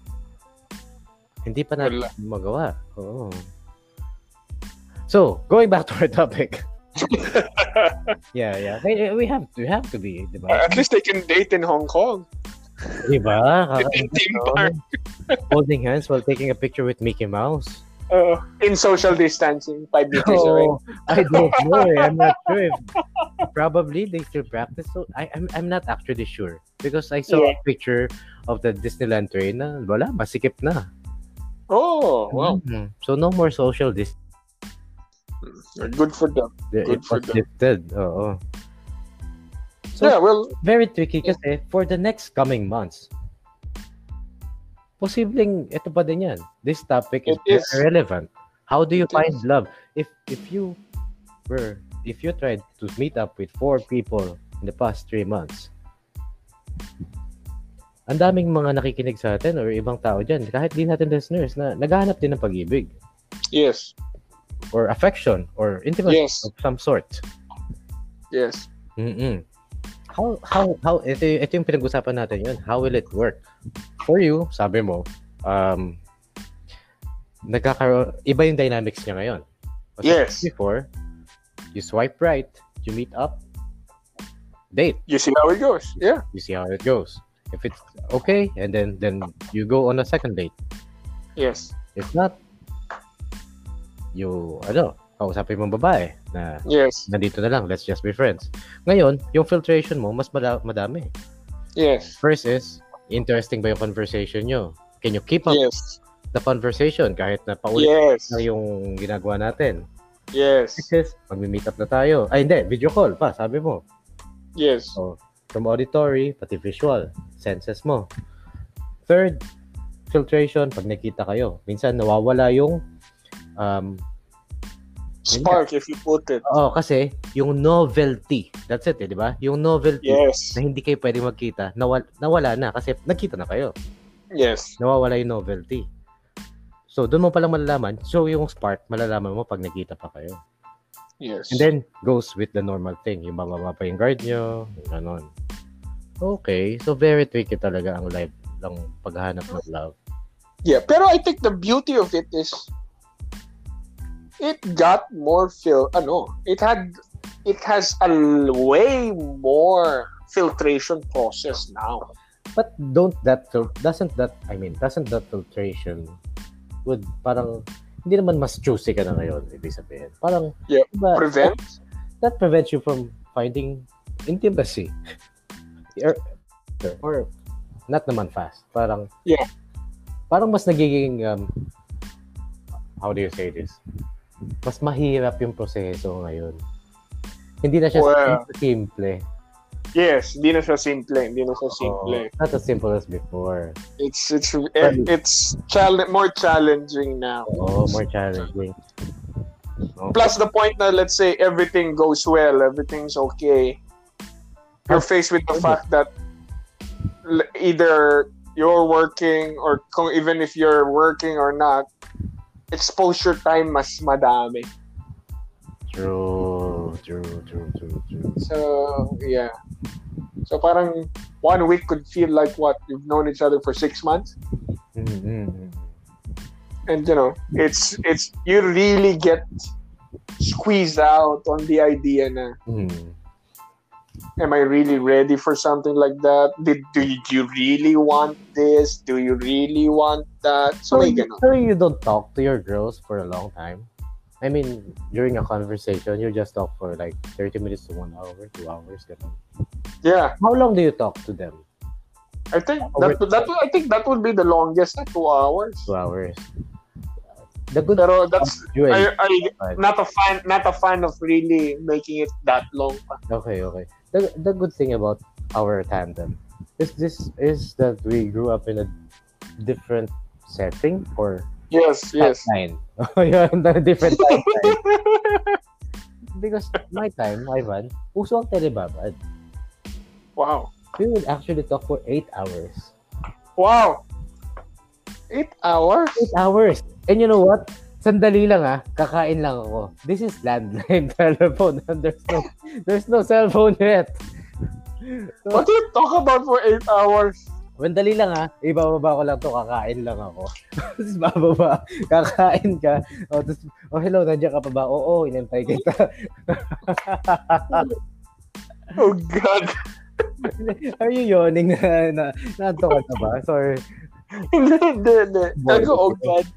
Speaker 3: hindi pa natin
Speaker 1: Wala.
Speaker 3: magawa. Oo. So, going back to our
Speaker 1: [LAUGHS]
Speaker 3: topic. yeah, yeah. Hey, We have to, we have to be, di ba?
Speaker 1: [LAUGHS] At least they can date in Hong Kong.
Speaker 3: Di ba?
Speaker 1: In theme park.
Speaker 3: Kakain- Holding hands while taking a picture with Mickey Mouse.
Speaker 1: Uh, in social distancing, [LAUGHS] five meters away.
Speaker 3: Oh, I don't
Speaker 1: [LAUGHS]
Speaker 3: know. eh. I'm not sure. If, probably they still practice. So I, I'm, I'm not actually sure because I saw a picture of the Disneyland train. Na, wala, masikip na.
Speaker 1: Oh, wow.
Speaker 3: Mhm. So no more social distance. Hmm.
Speaker 1: Good for them.
Speaker 3: It
Speaker 1: Good for
Speaker 3: was
Speaker 1: them.
Speaker 3: lifted. Oo. So-
Speaker 1: Yeah, well,
Speaker 3: Very tricky kasi for the next coming months. Posibleng ito pa din yan. This topic is,
Speaker 1: It is.
Speaker 3: very relevant. How do you
Speaker 1: It
Speaker 3: find
Speaker 1: is.
Speaker 3: love? If if you were if you tried to meet up with four people in the past three months, ang daming mga nakikinig sa atin or ibang tao dyan, kahit di natin listeners, na naghahanap din ng pag-ibig
Speaker 1: yes.
Speaker 3: or affection or intimacy
Speaker 1: Yes.
Speaker 3: of some sort.
Speaker 1: Yes.
Speaker 3: Mm-mm. How, how, how, ito, y- ito yung pinag-usapan natin yun. How will it work? For you, sabi mo, um, nagkakaroon, iba yung dynamics niya ngayon. Kasi
Speaker 1: Yes.
Speaker 3: Before, you swipe right, you meet up, date,
Speaker 1: You see how it goes. Yeah.
Speaker 3: you see how it goes. If it's okay, and then, then you go on a second date.
Speaker 1: Yes.
Speaker 3: If not, you, ano, kausapin mo ang babae na
Speaker 1: Yes.
Speaker 3: nandito na lang, let's just be friends. Ngayon, yung filtration mo, mas mada- madami.
Speaker 1: Yes.
Speaker 3: First is, interesting ba yung conversation nyo? Can you keep up
Speaker 1: Yes.
Speaker 3: the conversation kahit na paulit
Speaker 1: Yes.
Speaker 3: na yung ginagawa natin? [LAUGHS]
Speaker 1: Yes.
Speaker 3: Next is, mag-meet up na tayo. Ay, hindi. Video call pa, sabi mo.
Speaker 1: Yes.
Speaker 3: Oh, From auditory, pati visual. Senses mo. Third, filtration, pag nakita kayo. Minsan, nawawala yung um,
Speaker 1: Spark, if you put it.
Speaker 3: oh, kasi yung novelty. That's it, eh, di ba? Yung novelty
Speaker 1: Yes.
Speaker 3: na hindi kayo pwede magkita, nawala, nawala na kasi nagkita na kayo.
Speaker 1: Yes.
Speaker 3: nawawala yung novelty. So, doon mo palang malalaman. So, yung spark, malalaman mo pag nagkita pa kayo.
Speaker 1: Yes.
Speaker 3: And then, goes with the normal thing. Yung bababa pa yung guard nyo, yung ganon. Okay. So, very tricky talaga ang life lang paghahanap ng love.
Speaker 1: Yeah, pero I think the beauty of it is it got more fil ano, it had it has a l- way more filtration process now.
Speaker 3: But don't that, fil- doesn't that, I mean, doesn't that filtration would parang, hindi naman mas juicy ka na ngayon, ibig sabihin. Parang,
Speaker 1: Yeah,
Speaker 3: diba,
Speaker 1: Prevent
Speaker 3: that prevents you from finding intimacy or, or not naman fast parang
Speaker 1: Yeah.
Speaker 3: parang mas nagiging um, how do you say this mas mahirap yung proseso ngayon hindi na siya
Speaker 1: Well-
Speaker 3: simple
Speaker 1: Yes, hindi na siya simple, hindi na
Speaker 3: Oh.
Speaker 1: siya simple.
Speaker 3: Oo, not as simple as before
Speaker 1: It's it's eh, it's chal- more challenging now.
Speaker 3: oh more challenging Oh,
Speaker 1: Plus the point na let's say everything goes well, everything's okay. You're faced with the fact that l- either you're working or kung even if you're working or not, exposure time mas madami.
Speaker 3: true true true true true
Speaker 1: So, yeah. So parang one week could feel like what? You've known each other for six months?
Speaker 3: Mm-mm.
Speaker 1: and you know it's it's you really get squeezed out on the idea na
Speaker 3: Mm.
Speaker 1: am i really ready for something like that Did, do, you, do you really want this do you really want that so
Speaker 3: So,
Speaker 1: may
Speaker 3: you,
Speaker 1: ganun.
Speaker 3: so you don't talk to your girls for a long time? I mean, during a conversation, you just talk for like 30 minutes to 1 hour, 2 hours, ganun.
Speaker 1: yeah
Speaker 3: How long do you talk to them?
Speaker 1: i think that, that i think that would be the longest eh, two hours
Speaker 3: 2 hours. The good
Speaker 1: pero
Speaker 3: of
Speaker 1: that's
Speaker 3: you and-
Speaker 1: I, I not a fan not a fan of really making it that long pa.
Speaker 3: Okay, okay. The, the good thing about our tandem is this is that we grew up in a different setting or
Speaker 1: yes yes
Speaker 3: timeline. [LAUGHS] Yun, a different timeline. [LAUGHS] Because my time, Ivan, uso ang telebabad.
Speaker 1: [LAUGHS] wow
Speaker 3: We would actually talk for eight hours.
Speaker 1: wow eight hours
Speaker 3: Eight hours. And you know what? Sandali lang ah, kakain lang ako. This is landline [LAUGHS] telephone. There's no, there's no cell phone yet. So,
Speaker 1: what do you talk about for eight hours
Speaker 3: Sandali lang ah, ibababa ko lang to, kakain lang ako. [LAUGHS] tapos bababa, kakain ka. O, tapos, oh hello, nandiyan ka pa ba? Oo, inantay kita. [LAUGHS]
Speaker 1: oh god [LAUGHS]
Speaker 3: Are you yawning na, na, naanto ka na ba? Sorry. [LAUGHS]
Speaker 1: hindi, hindi, hindi.
Speaker 3: Boy.
Speaker 1: Ako, oh God.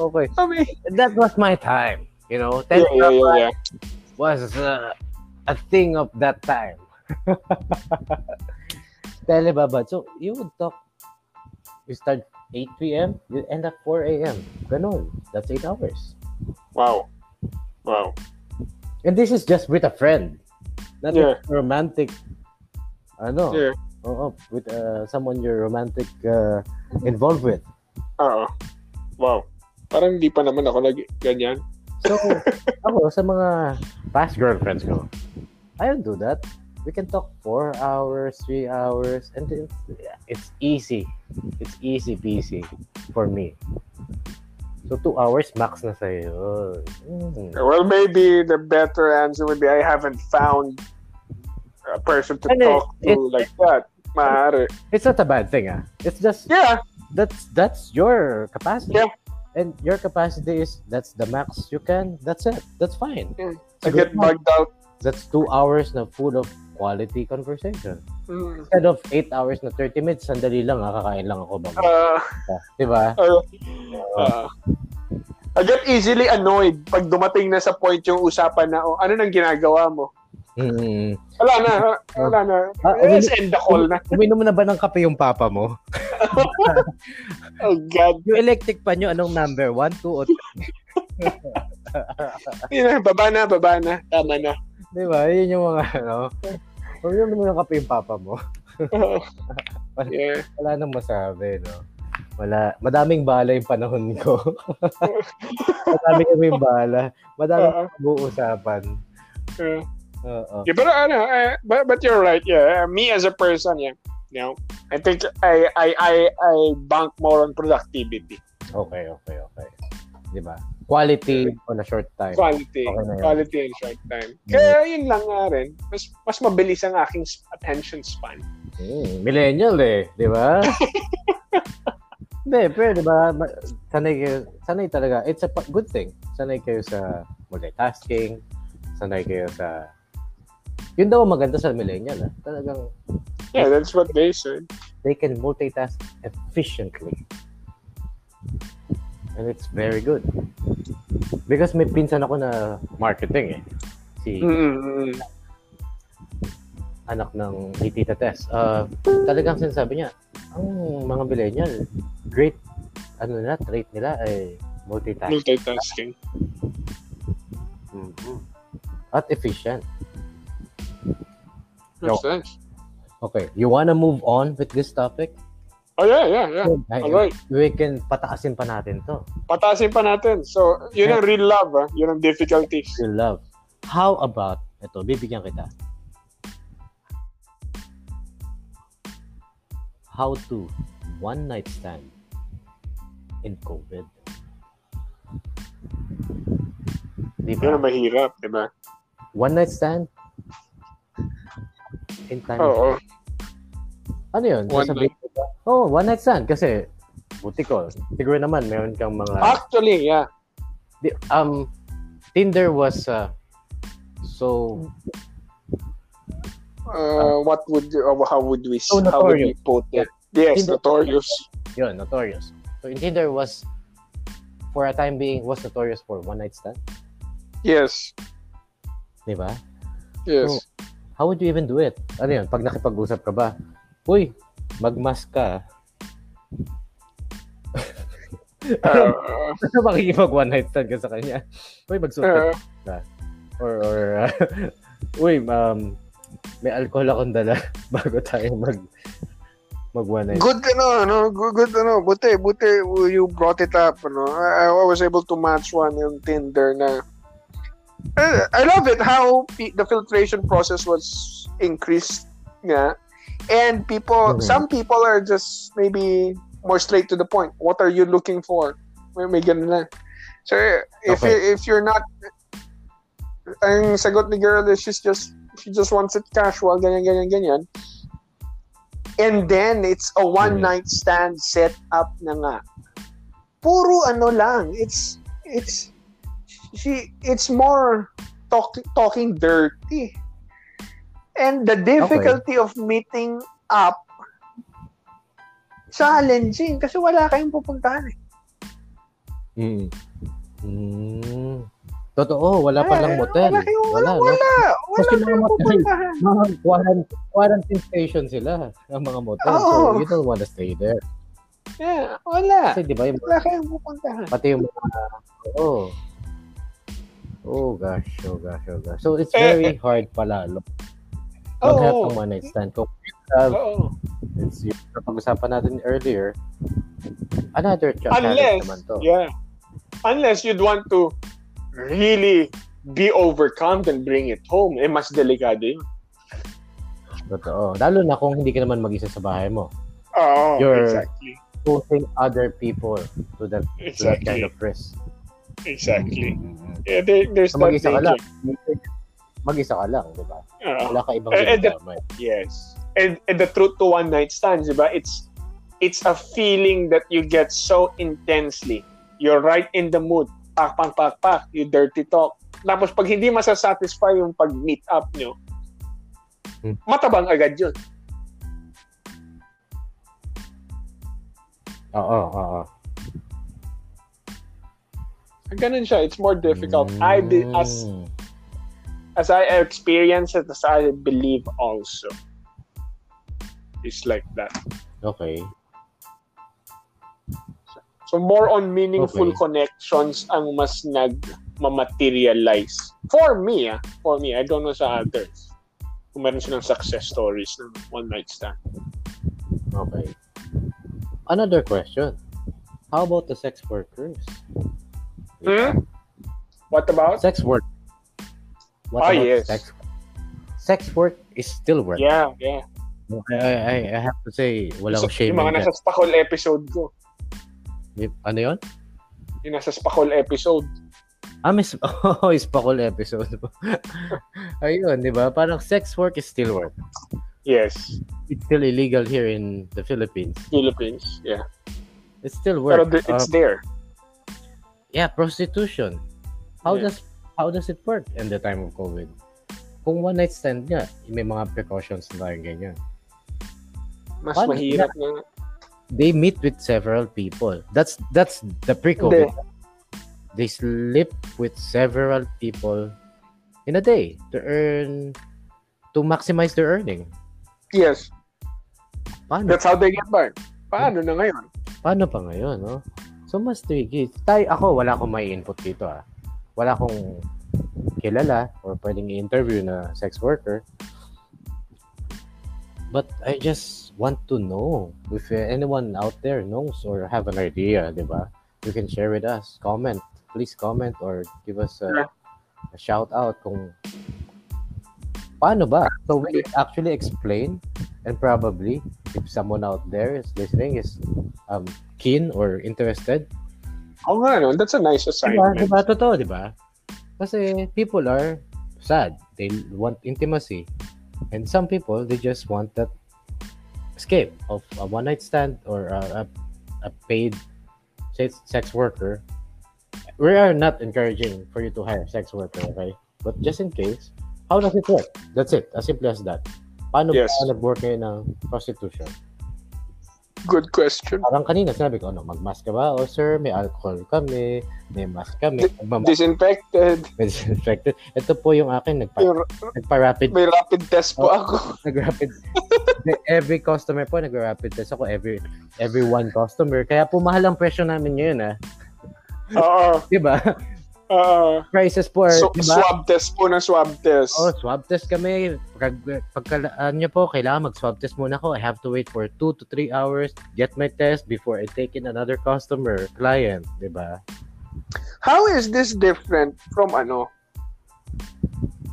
Speaker 3: okay.
Speaker 1: Sabi,
Speaker 3: That was my time. You know,
Speaker 1: yeah, yeah, yeah, yeah.
Speaker 3: was uh, a thing of that time. [LAUGHS] Telebabad. So, you would talk, you start 8 p.m., you end up 4 a.m. Ganun. That's 8 hours.
Speaker 1: Wow. Wow.
Speaker 3: And this is just with a friend. Not
Speaker 1: Yeah.
Speaker 3: with romantic, ano,
Speaker 1: Yeah.
Speaker 3: oo, with uh, someone you're romantic uh, involved with.
Speaker 1: Oo. Wow. Parang hindi pa naman ako nag ganyan.
Speaker 3: [LAUGHS] So, ako, sa mga past girlfriends ko, I don't do that. We can talk four hours, three hours, and it's, it's easy. It's easy peasy for me. So, two hours max na sa'yo. Mm.
Speaker 1: Well, maybe the better answer would be I haven't found a person to
Speaker 3: Ano,
Speaker 1: talk to
Speaker 3: it's-
Speaker 1: like that. Maaari.
Speaker 3: It's not a bad thing, ah. It's just,
Speaker 1: Yeah.
Speaker 3: that's that's your capacity.
Speaker 1: Yeah.
Speaker 3: And your capacity is, that's the max you can. That's it. That's fine.
Speaker 1: Yeah. I
Speaker 3: It's a
Speaker 1: get
Speaker 3: good one.
Speaker 1: bugged out.
Speaker 3: That's two hours na full of quality conversation.
Speaker 1: Mm.
Speaker 3: instead of 8 hours na 30 minutes, sandali lang, ah, kakain lang ako. Diba? Bago.
Speaker 1: Uh,
Speaker 3: Di ba?
Speaker 1: uh, uh, I get easily annoyed pag dumating na sa point yung usapan na, oh, ano nang ginagawa mo?
Speaker 3: Mm.
Speaker 1: Wala na, wala na.
Speaker 3: Ah,
Speaker 1: Let's end the call na.
Speaker 3: Uminom na ba ng kape yung papa mo?
Speaker 1: Oh, God.
Speaker 3: Yung electric pan nyo, anong number? 1, 2, or
Speaker 1: Yun na, baba na, baba na. Tama na.
Speaker 3: Di ba? Diba? Yun yung mga ano. Uminom na ng kape yung papa mo.
Speaker 1: Oh.
Speaker 5: [LAUGHS]
Speaker 1: yeah.
Speaker 3: Wala nang masabi, no? Wala. Madaming bala yung panahon ko. [LAUGHS] Madami kami yung bala. Madaming
Speaker 1: Oo.
Speaker 3: pag-uusapan.
Speaker 1: Uh,
Speaker 3: Oo.
Speaker 1: yeah, but ano, uh, but, but you're right. Yeah, uh, me as a person, yeah. You know, I think I I I I bank more on productivity.
Speaker 5: Okay, okay, okay. Di
Speaker 3: Diba?
Speaker 5: ba? Quality on a short time.
Speaker 1: Quality.
Speaker 5: Okay na yun. Mm-hmm.
Speaker 1: Quality and short time. Kaya yun lang nga rin. Mas, mas mabilis ang aking s- attention span.
Speaker 5: Mm.
Speaker 3: Millennial eh, di ba? Hindi, pero di ba, ma- sanay kayo, sanay talaga, it's a pa- good thing. Sanay kayo sa multitasking, sanay kayo sa, yun daw ang maganda sa millennial, ah. talagang
Speaker 1: Yeah, that's what they said.
Speaker 3: they can multitask efficiently. And it's very good. Because may pinsan ako na marketing eh. Si
Speaker 1: Mm.
Speaker 5: Mm-hmm.
Speaker 1: Mm-mm.
Speaker 3: anak ng ni Tita Tess. Uh, talagang sinasabi niya, ang mga millennial, great, ano na, trait nila ay multitask. Mm-hmm.
Speaker 1: Multitasking.
Speaker 3: At efficient.
Speaker 1: That's nice.
Speaker 3: Okay, you wanna move on with this topic?
Speaker 1: Oh, yeah, yeah, yeah.
Speaker 3: Ay,
Speaker 1: Alright.
Speaker 3: We can pataasin pa natin to.
Speaker 1: Patasin pa natin. So, yun ang real love, ah. Yun ang difficulties.
Speaker 3: Your love. How about, ito, bibigyan kita. How to one night stand in COVID. Di ba?
Speaker 1: Yun ang mahirap, di ba?
Speaker 3: One night stand? In time.
Speaker 1: Oo.
Speaker 3: Ano yun?
Speaker 1: One
Speaker 3: Sasabihin ko ba? Oh, one night stand. Kasi, buti ko. Siguro naman, meron kang mga...
Speaker 1: Actually, yeah.
Speaker 3: Di- Um, Tinder was uh, so...
Speaker 1: Uh, what would you, uh, how would we,
Speaker 3: So
Speaker 1: how would we
Speaker 3: Ah. Oh, notorious.
Speaker 1: put it? Yes,
Speaker 3: Hindi-
Speaker 1: notorious.
Speaker 3: Yun, notorious. So, in Tinder was... For a time being, was notorious for one night stand.
Speaker 1: Yes,
Speaker 3: Di ba?
Speaker 1: yes.
Speaker 3: How would you even do it? Ano yun? Pag nakipag-usap ka ba? Uy, magmask ka. Oh. [LAUGHS]
Speaker 1: Uh,
Speaker 3: Ano, Makikipag one night stand ka sa kanya. Uy, magsuot ka
Speaker 1: uh,
Speaker 3: or or uh, [LAUGHS] uy um may alcohol akong dala [LAUGHS] bago tayo mag mag one night.
Speaker 1: good ano, no? Good, good ano, buti, buti you brought it up, ano. I, I was able to match one on Tinder na Eh, I love it how pe- the filtration process was increased nga. And people,
Speaker 3: Mhm.
Speaker 1: some people are just maybe more straight to the point. What are you looking for? May, may ganun lang. So, eh, if,
Speaker 3: Okay.
Speaker 1: you- if you're not, ang sagot ni girl is she's just, she just wants it casual, ganyan, ganyan, ganyan. And then, it's a
Speaker 3: Mm-hmm.
Speaker 1: one-night stand set up na nga. Puro ano lang. It's, it's, she, it's more talk, talking dirty. And the difficulty of meeting up, challenging. Kasi wala kayong pupuntahan. eh.
Speaker 3: Mm. Mm. Totoo, wala pa lang
Speaker 1: Eh,
Speaker 3: motel.
Speaker 1: Wala kayong, wala, wala.
Speaker 3: wala.
Speaker 1: Wala,
Speaker 3: Kasi mga
Speaker 1: kayong
Speaker 3: motel.
Speaker 1: pupuntahan.
Speaker 3: [LAUGHS] Mga quarant- quarantine station sila ang mga motel.
Speaker 1: Oo.
Speaker 3: So you don't wanna stay there.
Speaker 1: Yeah, wala.
Speaker 3: Kasi di ba yung
Speaker 1: Wala kayong pupuntahan.
Speaker 3: pati yung mga oh. Oh gosh, oh gosh, oh gosh. So it's
Speaker 1: Eh,
Speaker 3: very hard pala. Look,
Speaker 1: Oo.
Speaker 3: maghanap ng one night stand. Kung uh,
Speaker 1: Oo.
Speaker 3: it's yung pag-usapan natin earlier, another ch- challenge
Speaker 1: Unless,
Speaker 3: naman to.
Speaker 1: yeah. Unless you'd want to really be overcome and bring it home. Eh, mas delikado yun.
Speaker 3: Totoo. Lalo na kung hindi ka naman mag-isa sa bahay mo.
Speaker 1: Oo,
Speaker 3: You're-
Speaker 1: exactly.
Speaker 3: Posing other people to that, to that kind
Speaker 1: Exactly.
Speaker 3: of risk.
Speaker 1: Exactly.
Speaker 3: Mm-mm.
Speaker 1: Yeah, there, there's
Speaker 3: So,
Speaker 1: that
Speaker 3: mag-isa ka lang.
Speaker 1: thinking.
Speaker 3: Mag-isa ka lang, di ba?
Speaker 1: Oo.
Speaker 3: Wala ka ibang
Speaker 1: Eh, eh, the-
Speaker 3: ginagawa.
Speaker 1: Yes. And, and the truth to one night stands, diba? It's it's a feeling that you get so intensely. You're right in the mood. Pak, pak, pak, pak. You dirty talk. Tapos pag hindi masasatisfy yung pag-meet up nyo,
Speaker 3: Hmm.
Speaker 1: matabang agad yun.
Speaker 3: Oo, oo.
Speaker 1: Ganun siya. It's more difficult.
Speaker 3: Hmm.
Speaker 1: I be, as
Speaker 3: Mm.
Speaker 1: as I experience it, as I believe also. It's like that.
Speaker 3: Okay.
Speaker 1: So more on meaningful
Speaker 3: Okay.
Speaker 1: connections ang mas nag-materialize. For me, ah. For me. I don't know sa others. Kung meron silang success stories ng one night stand.
Speaker 3: Okay. Another question. How about the sex workers? Di ba?
Speaker 1: Hmm? What about?
Speaker 3: Sex work. What
Speaker 1: Ah,
Speaker 3: about
Speaker 1: yes.
Speaker 3: sex? Sex work is still work.
Speaker 1: Yeah, yeah.
Speaker 3: I, I, I have to say, walang
Speaker 1: So,
Speaker 3: shame
Speaker 1: yung mga
Speaker 3: in
Speaker 1: nasa
Speaker 3: that.
Speaker 1: Stockholm episode ko.
Speaker 3: Y- Ano yon?
Speaker 1: Yung nasa Spacol episode.
Speaker 3: Ah, may sp- [LAUGHS] oh, spakol episode. [LAUGHS] Ayun, di ba? Parang sex work is still work.
Speaker 1: Yes.
Speaker 3: It's still illegal here in the Philippines.
Speaker 1: Philippines. Yeah.
Speaker 3: It's still
Speaker 1: Pero
Speaker 3: work.
Speaker 1: th- it's
Speaker 3: Um,
Speaker 1: there.
Speaker 3: yeah, prostitution. How
Speaker 1: Yeah.
Speaker 3: does how does it work in the time of COVID? Kung one night stand nga, may mga precautions na tayong ganyan.
Speaker 1: Mas
Speaker 3: paano?
Speaker 1: mahirap na.
Speaker 3: They meet with several people. That's that's the pre-COVID. They sleep with several people in a day to earn to maximize their earning.
Speaker 1: Yes.
Speaker 3: Paano?
Speaker 1: That's how they get by. Paano na ngayon?
Speaker 3: Paano pa ngayon, no? So, mas tricky. Tay, ako, wala akong may input dito, ah. Wala akong kilala or pwedeng i-interview na sex worker. But I just want to know if anyone out there knows or have an idea, di ba? You can share with us. Comment. Please comment or give us a, a shout out kung paano ba? So we can actually explain and probably if someone out there is listening is um, keen or interested.
Speaker 1: Oo nga, no? That's a nice
Speaker 3: Diba?
Speaker 1: assignment.
Speaker 3: Diba? Totoo, diba? Kasi people are sad. They want intimacy. And some people, they just want that escape of a one-night stand or a, a, a paid sex, sex worker. We are not encouraging for you to hire a sex worker, okay? But just in case, how does it work? That's it. As simple as that. Paano
Speaker 1: Yes.
Speaker 3: ba nag-work kayo ng prostitution?
Speaker 1: Good question.
Speaker 3: Parang kanina sinabi ko, ano, mag-mask ka ba? O sir, may alcohol kami, may mask kami. Magmamask
Speaker 1: Disinfected.
Speaker 3: disinfected. Ito po yung akin, nagpa,
Speaker 1: May-
Speaker 3: nagpa-rapid, [LAUGHS]
Speaker 1: May rapid test po
Speaker 3: Oh.
Speaker 1: ako.
Speaker 3: nag-rapid. every customer po, nag-rapid test ako, every, every one customer. Kaya po, mahal ang presyo namin ngayon, ah.
Speaker 1: [LAUGHS] Oo.
Speaker 3: Diba?
Speaker 1: Oo.
Speaker 3: [LAUGHS] Prices po are,
Speaker 1: So,
Speaker 3: diba?
Speaker 1: swab test po na swab test.
Speaker 3: Oh, swab test kami. Pag, pagka, ano po, kailangan mag-swab test muna ako. I have to wait for 2 to 3 hours, get my test before I take in another customer, client, di ba?
Speaker 1: How is this different from ano?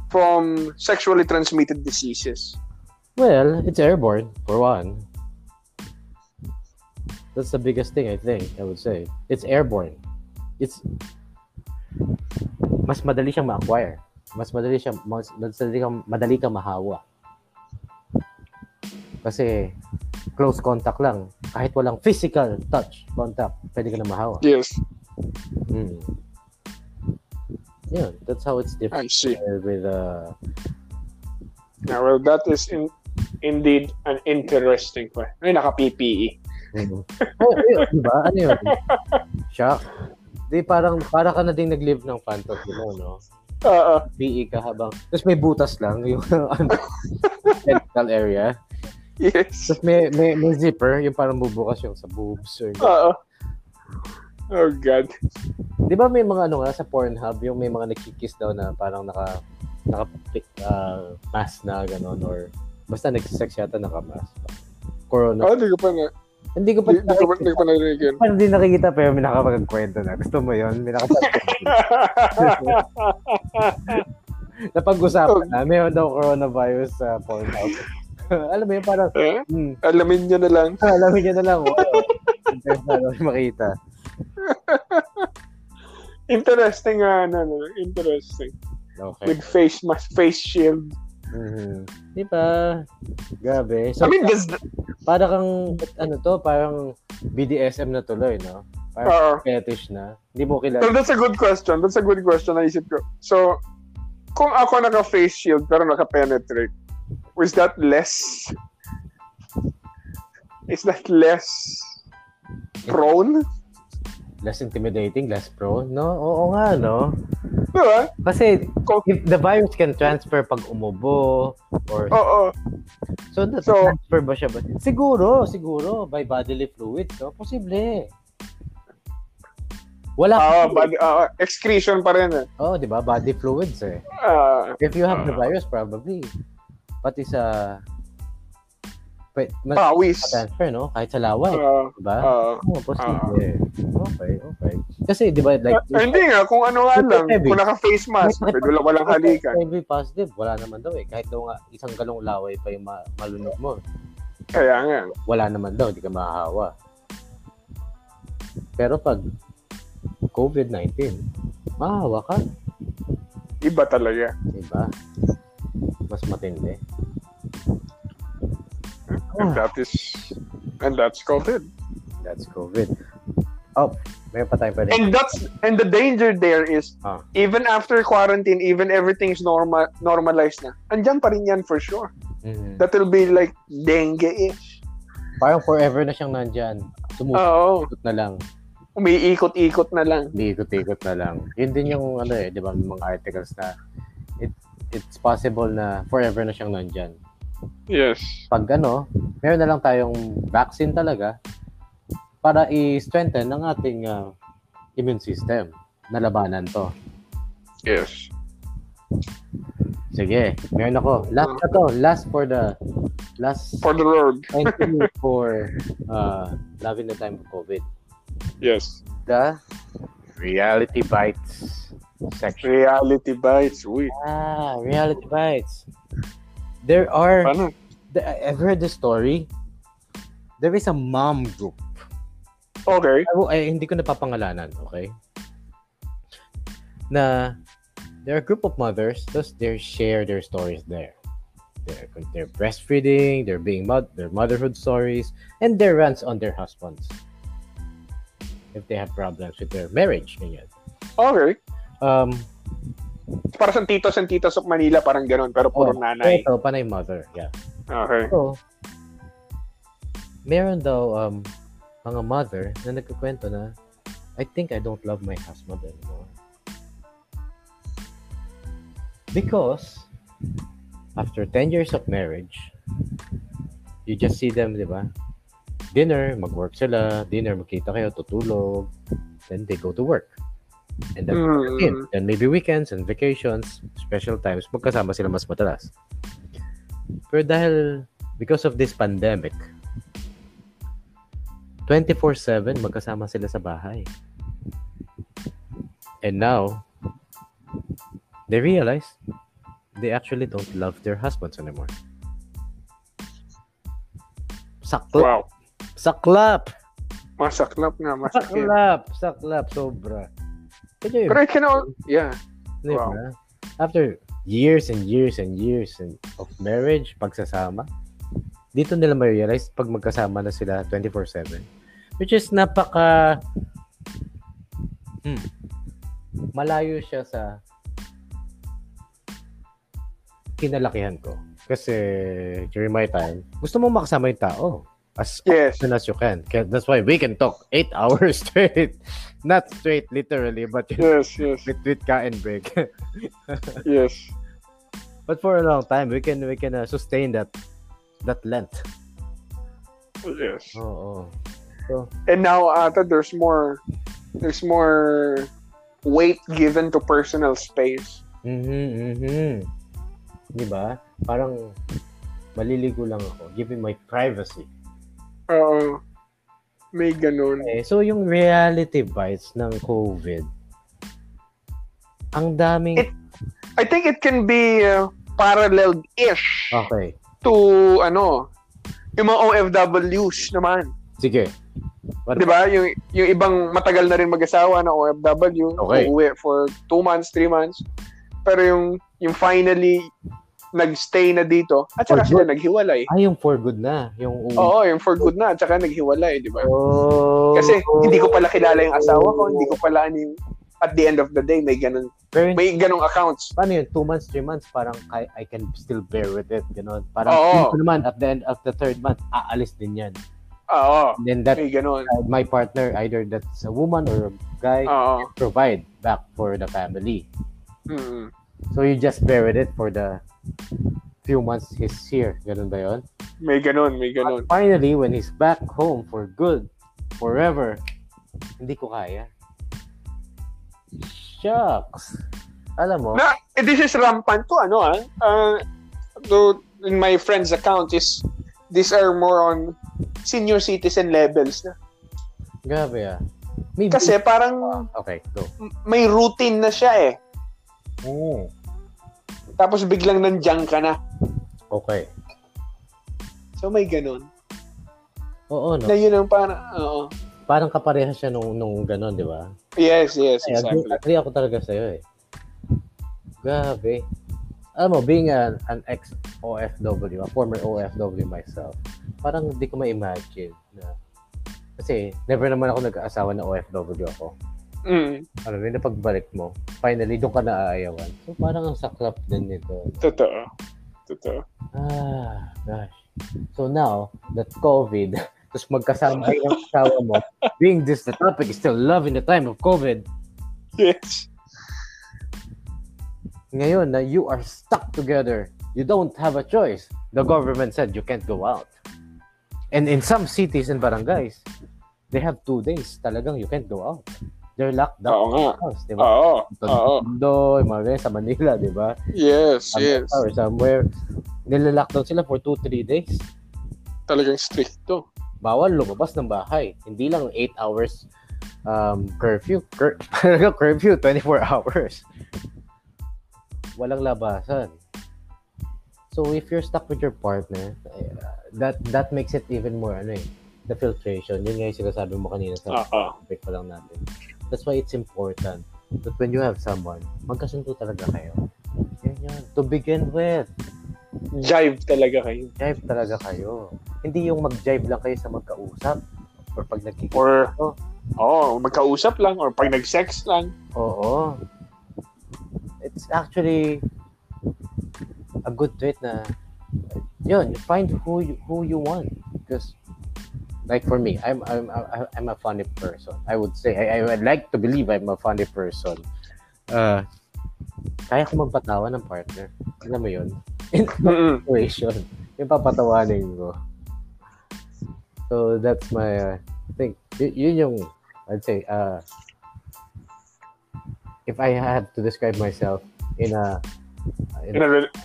Speaker 1: From sexually transmitted diseases?
Speaker 3: Well, it's airborne for one. That's the biggest thing I think I would say. It's airborne. It's mas madali siyang ma-acquire. Mas madali siyang mas madali kang madali kang mahawa. Kasi close contact lang. Kahit walang physical touch contact, pwede ka na mahawa.
Speaker 1: Yes,
Speaker 3: Mm. Yeah, that's how it's
Speaker 1: I
Speaker 3: different
Speaker 1: see.
Speaker 3: uh, with uh
Speaker 1: Yeah, well, that is in, indeed an interesting question. Ay, E. naka-PPE.
Speaker 3: Mm. Ay, ay, diba? Ano yun? Shock. Di parang, para ka na ding nag-live ng fantasy mo, no?
Speaker 1: Oo.
Speaker 3: PE ka habang, tapos may butas lang, yung [LAUGHS] ano, genital area. [LAUGHS]
Speaker 1: Yes.
Speaker 3: Tapos may, may, may zipper, yung parang bubukas yung sa boobs. Or,
Speaker 1: Oo. Oh, God.
Speaker 3: di ba may mga ano nga sa Pornhub, yung may mga nakikiss daw na parang naka, naka ah, mask na, gano'n, or basta nagsisex yata naka-mask. Corona.
Speaker 1: Oh, di ko pa na.
Speaker 3: Hindi ko pa,
Speaker 1: Di, di ko pa, di ko pa narinig
Speaker 3: [LAUGHS]
Speaker 1: yun.
Speaker 3: parang di nakikita pero may nakapagkwento na. Gusto mo yun? May nakapagkwento.
Speaker 1: Oh.
Speaker 3: Napag-usapan na, meron daw coronavirus sa Pornhub. [LAUGHS] Alam mo yun, parang,
Speaker 1: Eh?
Speaker 3: hmm,
Speaker 1: Alamin nyo na lang.
Speaker 3: alamin niya na lang. Wow. Ano makita.
Speaker 1: Interesting, ah, ano, ano, interesting.
Speaker 3: Okay.
Speaker 1: With face mask, face shield.
Speaker 3: Mhm. Di ba? Grabe. So,
Speaker 1: I mean, uh, does
Speaker 3: para kang, ano to, parang BDSM na tuloy, no?
Speaker 1: Oo.
Speaker 3: Fetish na. Hindi mo
Speaker 1: So
Speaker 3: kilala.
Speaker 1: that's a good question. That's a good question. Naisip ko. So, kung ako naka-face shield pero naka-penetrate, was that less? Is that less prone?
Speaker 3: Less intimidating, less pro, no? Oo nga, no?
Speaker 1: Diba?
Speaker 3: Kasi,
Speaker 1: Kung,
Speaker 3: if the virus can transfer pag umubo, or
Speaker 1: oo.
Speaker 3: So, nat-
Speaker 1: So-
Speaker 3: transfer ba siya ba? Siguro, siguro. By bodily fluid. No? Posible. Wala.
Speaker 1: Oo, Ah, body, oo, excretion pa rin eh.
Speaker 3: oh, di ba? Body fluids eh.
Speaker 1: Ah,
Speaker 3: If you have the virus, probably. Pati sa... Wait, mas
Speaker 1: pawis.
Speaker 3: transfer, no? Kahit sa laway.
Speaker 1: Ah,
Speaker 3: di ba?
Speaker 1: ah.
Speaker 3: Oo, posible. Okay, okay. Kasi, di ba, like...
Speaker 1: Ah, hindi nga, kung ano nga lang, kung naka-face mask,
Speaker 3: Kahit-
Speaker 1: wala, walang halikan.
Speaker 3: HIV positive, wala naman daw eh. Kahit daw nga isang galong laway pa yung ma- malunok mo.
Speaker 1: Kaya nga.
Speaker 3: wala naman daw, hindi ka mahahawa. Pero pag COVID-19, mahawa ka.
Speaker 1: Iba talaga.
Speaker 3: Diba? Mas matindi.
Speaker 1: And that is, and that's called it.
Speaker 3: That's COVID. Oh, meron pa tayong pwede.
Speaker 1: And that's and the danger there is
Speaker 3: Ah.
Speaker 1: even after quarantine, even everything's normal normalized na. Andiyan pa rin yan for sure.
Speaker 3: Mhm.
Speaker 1: That'll be like eh. dengue-ish.
Speaker 3: Parang forever na siyang nandyan.
Speaker 1: Oo.
Speaker 3: Sumusunod na lang.
Speaker 1: Umiikot-ikot na lang.
Speaker 3: Liikot-ikot na lang. Yun din yung ano eh, di ba, may mga articles na it, it's possible na forever na siyang nandyan.
Speaker 1: Yes.
Speaker 3: Pag ano, meron na lang tayong vaccine talaga para i-strengthen ang ating ah, immune system na labanan to.
Speaker 1: Yes.
Speaker 3: Sige, meron ako. Last na to. Last for the... Last
Speaker 1: For the road.
Speaker 3: thank you for uh, loving the time of COVID.
Speaker 1: Yes.
Speaker 3: The Reality Bites section.
Speaker 1: Reality bites. Uy.
Speaker 3: Ah, Reality Bites. There are...
Speaker 1: Paano?
Speaker 3: the- I've heard this story. There is a mom group.
Speaker 1: Okay.
Speaker 3: Ay, well, ay, eh, hindi ko napapangalanan, okay? Na there are a group of mothers, thus they share their stories there. Their, their breastfeeding, their being mod- their motherhood stories, and their rants on their husbands. If they have problems with their marriage, ganyan.
Speaker 1: Okay.
Speaker 3: Um,
Speaker 1: Para sa titos and titas of Manila, parang ganon. Pero puro
Speaker 3: oh,
Speaker 1: nanay.
Speaker 3: Ito, panay mother, yeah.
Speaker 1: Okay.
Speaker 3: So, meron daw um, mga mother na nagkukwento na, I think I don't love my husband anymore. Because, after 10 years of marriage, you just see them, di ba? Dinner, mag-work sila. Dinner, magkita kayo, tutulog. Then they go to work. And then,
Speaker 1: Mm.
Speaker 3: yun, then maybe weekends and vacations, special times, magkasama sila mas madalas. Pero dahil, because of this pandemic, 24-7, magkasama sila sa bahay. And now, they realize they actually don't love their husbands anymore.
Speaker 1: Wow.
Speaker 3: Saklap! Saklap!
Speaker 1: Masaklap nga. Masaklap.
Speaker 3: Saklap! Saklap! Sobra. Kaya yun,
Speaker 1: Pero I can all... Yeah.
Speaker 3: Di
Speaker 1: Wow.
Speaker 3: ba? After years and years and years and of marriage, pagsasama, dito nila ma-realize pag magkasama na sila 24-7. Which is napaka... Hmm, malayo siya sa kinalakihan ko. Kasi during my time, gusto mo makasama yung tao. As
Speaker 1: Yes.
Speaker 3: often as you can. Kaya That's why we can talk 8 [LAUGHS] hours straight. Not straight literally, but you
Speaker 1: Yes, yes,
Speaker 3: tweet ka and break. [LAUGHS]
Speaker 1: yes.
Speaker 3: But for a long time, we can we can uh, sustain that that length.
Speaker 1: Yes.
Speaker 3: Oo.
Speaker 1: And now ata there's more there's more weight given to personal space.
Speaker 3: Mhm, mhm. 'Di ba? Parang maliligo lang ako, giving my privacy.
Speaker 1: Oo. May ganun.
Speaker 3: Eh, so yung reality bites ng COVID. Ang daming
Speaker 1: It- I think it can be uh, paralleled-ish
Speaker 3: Okay.
Speaker 1: to ano yung mga OFWs naman.
Speaker 3: Sige. What-
Speaker 1: 'Di ba? Yung yung ibang matagal na rin mag-asawa na OFW,
Speaker 3: Okay.
Speaker 1: uuwi for two months, three months. Pero yung yung finally nagstay na dito at saka
Speaker 3: For
Speaker 1: sila naghiwalay.
Speaker 3: Ah, yung for good na. Yung
Speaker 1: Oo, yung for good na at saka naghiwalay, 'di ba?
Speaker 3: Oh.
Speaker 1: Kasi hindi ko pala kilala yung asawa ko, hindi ko pala ano yung- at the end of the day may ganun
Speaker 3: Pero yun,
Speaker 1: may ganung accounts.
Speaker 3: paano yun? Two months, three months, parang I, I can still bear with it. Ganon. Parang
Speaker 1: Oo.
Speaker 3: feeling ko naman, at the end of the third month, aalis din yan.
Speaker 1: Oo,
Speaker 3: And then that
Speaker 1: may ganun.
Speaker 3: uh, my partner, either that's a woman or a guy,
Speaker 1: Oo.
Speaker 3: provide back for the family.
Speaker 1: Mm.
Speaker 3: So you just bear with it for the few months he's here. Ganun ba yun?
Speaker 1: May ganun, may
Speaker 3: But
Speaker 1: ganun.
Speaker 3: finally, when he's back home for good, forever, hindi ko kaya. Shucks. Alam mo,
Speaker 1: Na eh, this is rampant to ano ah. Uh, to in my friend's account is these are more on senior citizen levels na.
Speaker 3: grabe ah. May
Speaker 1: Kasi parang
Speaker 3: Okay, go.
Speaker 1: may routine na siya eh. Mm.
Speaker 3: Oh.
Speaker 1: Tapos biglang nandiyan ka na.
Speaker 3: Okay.
Speaker 1: So may ganun.
Speaker 3: Oo, no?
Speaker 1: Na yun ang parang, oo.
Speaker 3: parang kapareha siya nung, nung gano'n, di ba?
Speaker 1: Yes, yes,
Speaker 3: Ay, agree,
Speaker 1: exactly.
Speaker 3: agree ako talaga sa'yo eh. Grabe. Alam mo, being an, an ex-OFW, a former OFW myself, parang hindi ko ma-imagine na kasi never naman ako nag-aasawa na OFW ako.
Speaker 1: Mm,
Speaker 3: Alam mo, yun, napagbalik mo, finally, doon ka na aayawan. So, parang ang saklap din nito.
Speaker 1: totoo. Totoo.
Speaker 3: Ah, gosh. So now, that COVID, [LAUGHS] tapos magkasama kayo ng asawa mo, being this the topic is still love in the time of COVID,
Speaker 1: Yes.
Speaker 3: ngayon na you are stuck together, you don't have a choice. The government said you can't go out. And in some cities and barangays, they have two days talagang you can't go out. They're locked
Speaker 1: Oo
Speaker 3: down.
Speaker 1: nga.
Speaker 3: House, di ba?
Speaker 1: Oo. Oo.
Speaker 3: Tondo, yung mga ganyan sa Manila, di ba?
Speaker 1: Yes, yes.
Speaker 3: Or somewhere, nilalockdown sila for 2-3 days.
Speaker 1: Talagang stricto.
Speaker 3: Bawal lumabas ng bahay. Hindi lang 8 hours um, curfew. Cur- [LAUGHS] talaga curfew, 24 hours. Walang labasan. So if you're stuck with your partner, eh, uh, that that makes it even more ano eh, the filtration. Yun nga yung sinasabi mo kanina sa
Speaker 1: Oo.
Speaker 3: topic pa lang natin. That's why it's important that when you have someone, magkasundo talaga kayo. Yun yun. To begin with,
Speaker 1: Jive talaga kayo.
Speaker 3: jive talaga kayo. Hindi yung mag-jive lang kayo sa magkausap or pag nagkikita.
Speaker 1: Or,
Speaker 3: Oo.
Speaker 1: oh, magkausap lang or pag nag-sex lang.
Speaker 3: Oo. It's actually a good trait na yun, you find who you, who you want because like for me, I'm I'm I'm- I'm a funny person. I would say I, I would like to believe I'm a funny person. Uh, kaya ko magpatawa ng partner. Alam mo yun? [LAUGHS] In
Speaker 1: Mm-mm.
Speaker 3: situation. Yung papatawanin ko. So that's my uh, thing. Y- yun yung I'd say uh if I had to describe myself in a
Speaker 1: In a rel-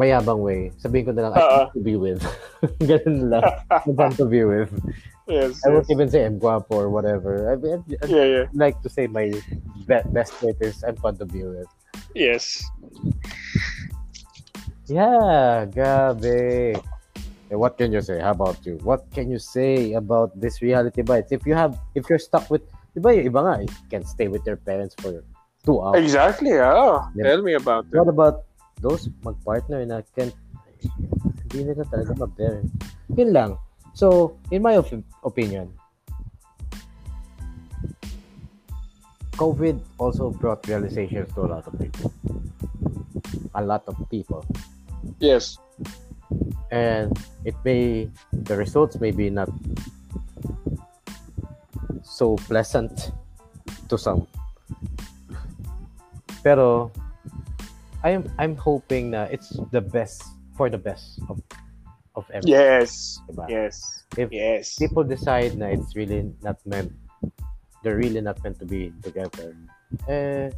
Speaker 3: mayabang way, sabihin ko na lang I
Speaker 1: Oo.
Speaker 3: want to be with. [LAUGHS] Ganun lang. I want to be with.
Speaker 1: Yes,
Speaker 3: I won't
Speaker 1: yes.
Speaker 3: even say I'm guapo or whatever. I mean, I'd, I'd
Speaker 1: Yeah, yeah.
Speaker 3: like to say my be- best trait is I'm fun to be with.
Speaker 1: Yes.
Speaker 3: Yeah, Gabe. What can you say? How about you? What can you say about this reality bites? If you have, if you're stuck with, di ba yung iba nga, you can stay with your parents for two hours.
Speaker 1: Exactly. Oh,
Speaker 3: Yeah.
Speaker 1: tell me about it.
Speaker 3: What about those magpartner na can, hindi nila talaga mag-bear. Yun lang. So, in my op- opinion, COVID also brought realizations to a lot of people. A lot of people.
Speaker 1: Yes.
Speaker 3: and it may the results may be not so pleasant to some pero i'm i'm hoping na it's the best for the best of of everyone
Speaker 1: Yes.
Speaker 3: diba?
Speaker 1: Yes.
Speaker 3: If-
Speaker 1: yes.
Speaker 3: people decide na it's really not meant they're really not meant to be together eh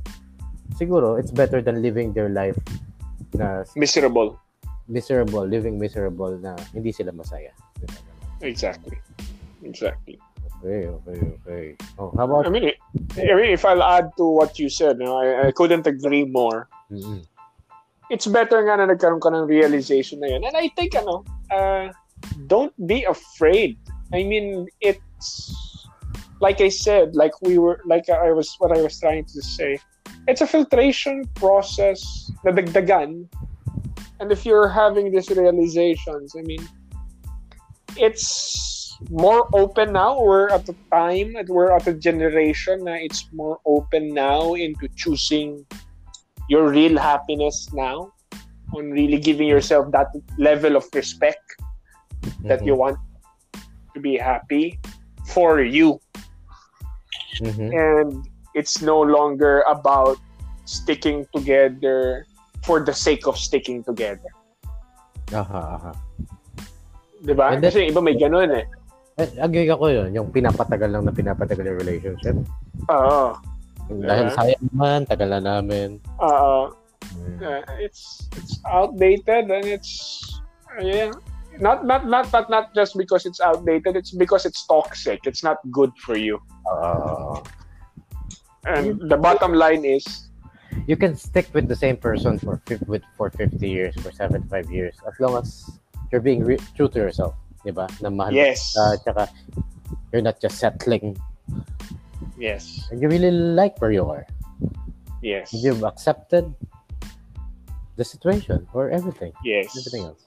Speaker 3: siguro it's better than living their life na
Speaker 1: Miserable.
Speaker 3: miserable living miserable na hindi sila masaya
Speaker 1: Exactly. Exactly.
Speaker 3: Okay, okay, okay. Oh,
Speaker 1: I
Speaker 3: how about
Speaker 1: mean, I I mean, if I'll add to what you said, no, I, I couldn't agree more.
Speaker 3: Mm-mm.
Speaker 1: It's better nga na nagkaroon ka ng realization na yun. And I think, ano, uh, don't be afraid. I mean, it's, like I said, like we were, like I was, what I was trying to say, it's a filtration process na dagdagan. And if you're having these realizations, I mean, it's more open now. We're at a time, and we're at a generation na it's more open now into choosing your real happiness now, on really giving yourself that level of respect
Speaker 3: Mm-hmm.
Speaker 1: that you want to be happy for you.
Speaker 3: Mhm.
Speaker 1: And it's no longer about sticking together for the sake of sticking together.
Speaker 3: Mm-hmm. Aha, aha.
Speaker 1: Diba?
Speaker 3: And that-
Speaker 1: Kasi iba may ganun eh.
Speaker 3: Eh, agree ako yun, yung pinapatagal lang na pinapatagal yung relationship.
Speaker 1: Oo.
Speaker 3: Dahil sayang man, tagal na namin.
Speaker 1: Oo.
Speaker 3: Mm.
Speaker 1: uh, it's it's outdated and it's uh, yeah not not not but not just because it's outdated it's because it's toxic it's not good for you
Speaker 3: Ah.
Speaker 1: and the bottom line is
Speaker 3: you can stick with the same person for fif- with for 50 years, for 75 years, as long as you're being re- true to yourself. Diba? Na mahal
Speaker 1: yes
Speaker 3: ka, tsaka You're not just settling.
Speaker 1: Yes.
Speaker 3: And you really like where you are.
Speaker 1: Yes.
Speaker 3: You've accepted the situation or everything.
Speaker 1: Yes.
Speaker 3: Everything else.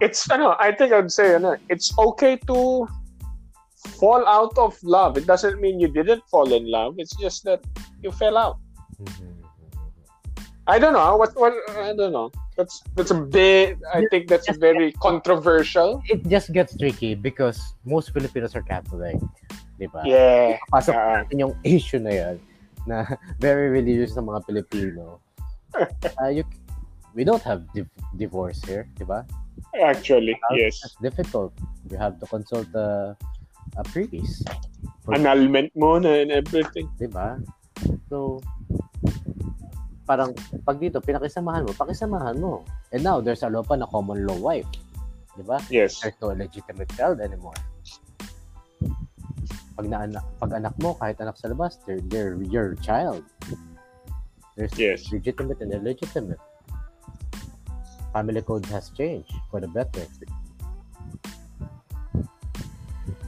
Speaker 1: It's ano, I think I'd say ano, it's okay to fall out of love. It doesn't mean you didn't fall in love. It's just that you fell out.
Speaker 3: Mm-hmm.
Speaker 1: I don't know. What what I don't know. That's that's a bit I think that's very controversial.
Speaker 3: It just gets tricky because most Filipinos are Catholic. Di ba?
Speaker 1: Yeah.
Speaker 3: Uh, Pasok
Speaker 1: Ah.
Speaker 3: natin yung issue na yan na [LAUGHS] very religious ng mga Pilipino. Ah, you, we don't have div- divorce here, di ba?
Speaker 1: Actually, yes.
Speaker 3: It's difficult. You have to consult a, a priest,
Speaker 1: Annulment muna and everything.
Speaker 3: di ba? So, parang pag dito, pinakisamahan mo, pakisamahan mo. And now, there's a law pa na common law wife. Di ba?
Speaker 1: Yes.
Speaker 3: There's no legitimate child anymore. Pag, naanak, pag anak mo, kahit anak sa labas, they're, they're your child. There's
Speaker 1: Yes.
Speaker 3: legitimate and illegitimate. Family code has changed for the better.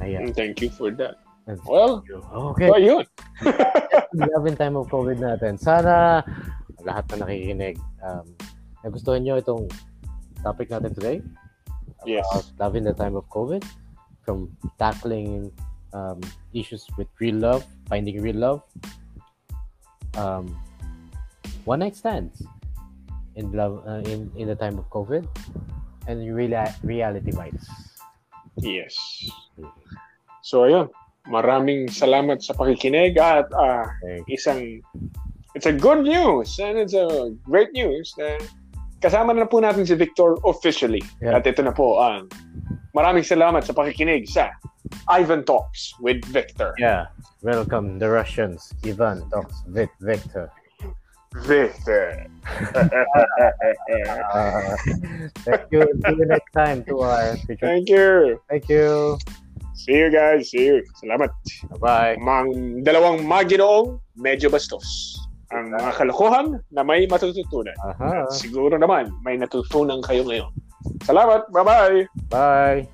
Speaker 3: Ayan.
Speaker 1: And thank you for that.
Speaker 3: And-
Speaker 1: Well,
Speaker 3: Okay.
Speaker 1: well yun.
Speaker 3: Love in time of COVID natin. Sana lahat na nakikinig, um, nagustuhan nyo itong topic natin today.
Speaker 1: Yes.
Speaker 3: About love in the time of COVID. From tackling um, issues with real love, finding real love, um, one night stands in love uh, in in the time of COVID, and real reality bites.
Speaker 1: Yes. So, ayun. Maraming salamat sa pakikinig at ah,
Speaker 3: Thank
Speaker 1: isang it's a good news and it's a great news na kasama na po natin si Victor officially.
Speaker 3: Yeah.
Speaker 1: At ito na po ang maraming salamat sa pakikinig sa Ivan Talks with Victor.
Speaker 3: Yeah, welcome the Russians. Ivan talks with Victor.
Speaker 1: Victor.
Speaker 3: Uh, thank you. See you next time to our future.
Speaker 1: Thank you.
Speaker 3: Thank you.
Speaker 1: See you guys. See you. Salamat.
Speaker 3: Bye.
Speaker 1: Mang dalawang maginoong medyo bastos. Ang mga kalokohan na may matututunan.
Speaker 3: Uh-huh.
Speaker 1: Siguro naman may natutunan kayo ngayon. Salamat. Bye-bye.
Speaker 3: Bye.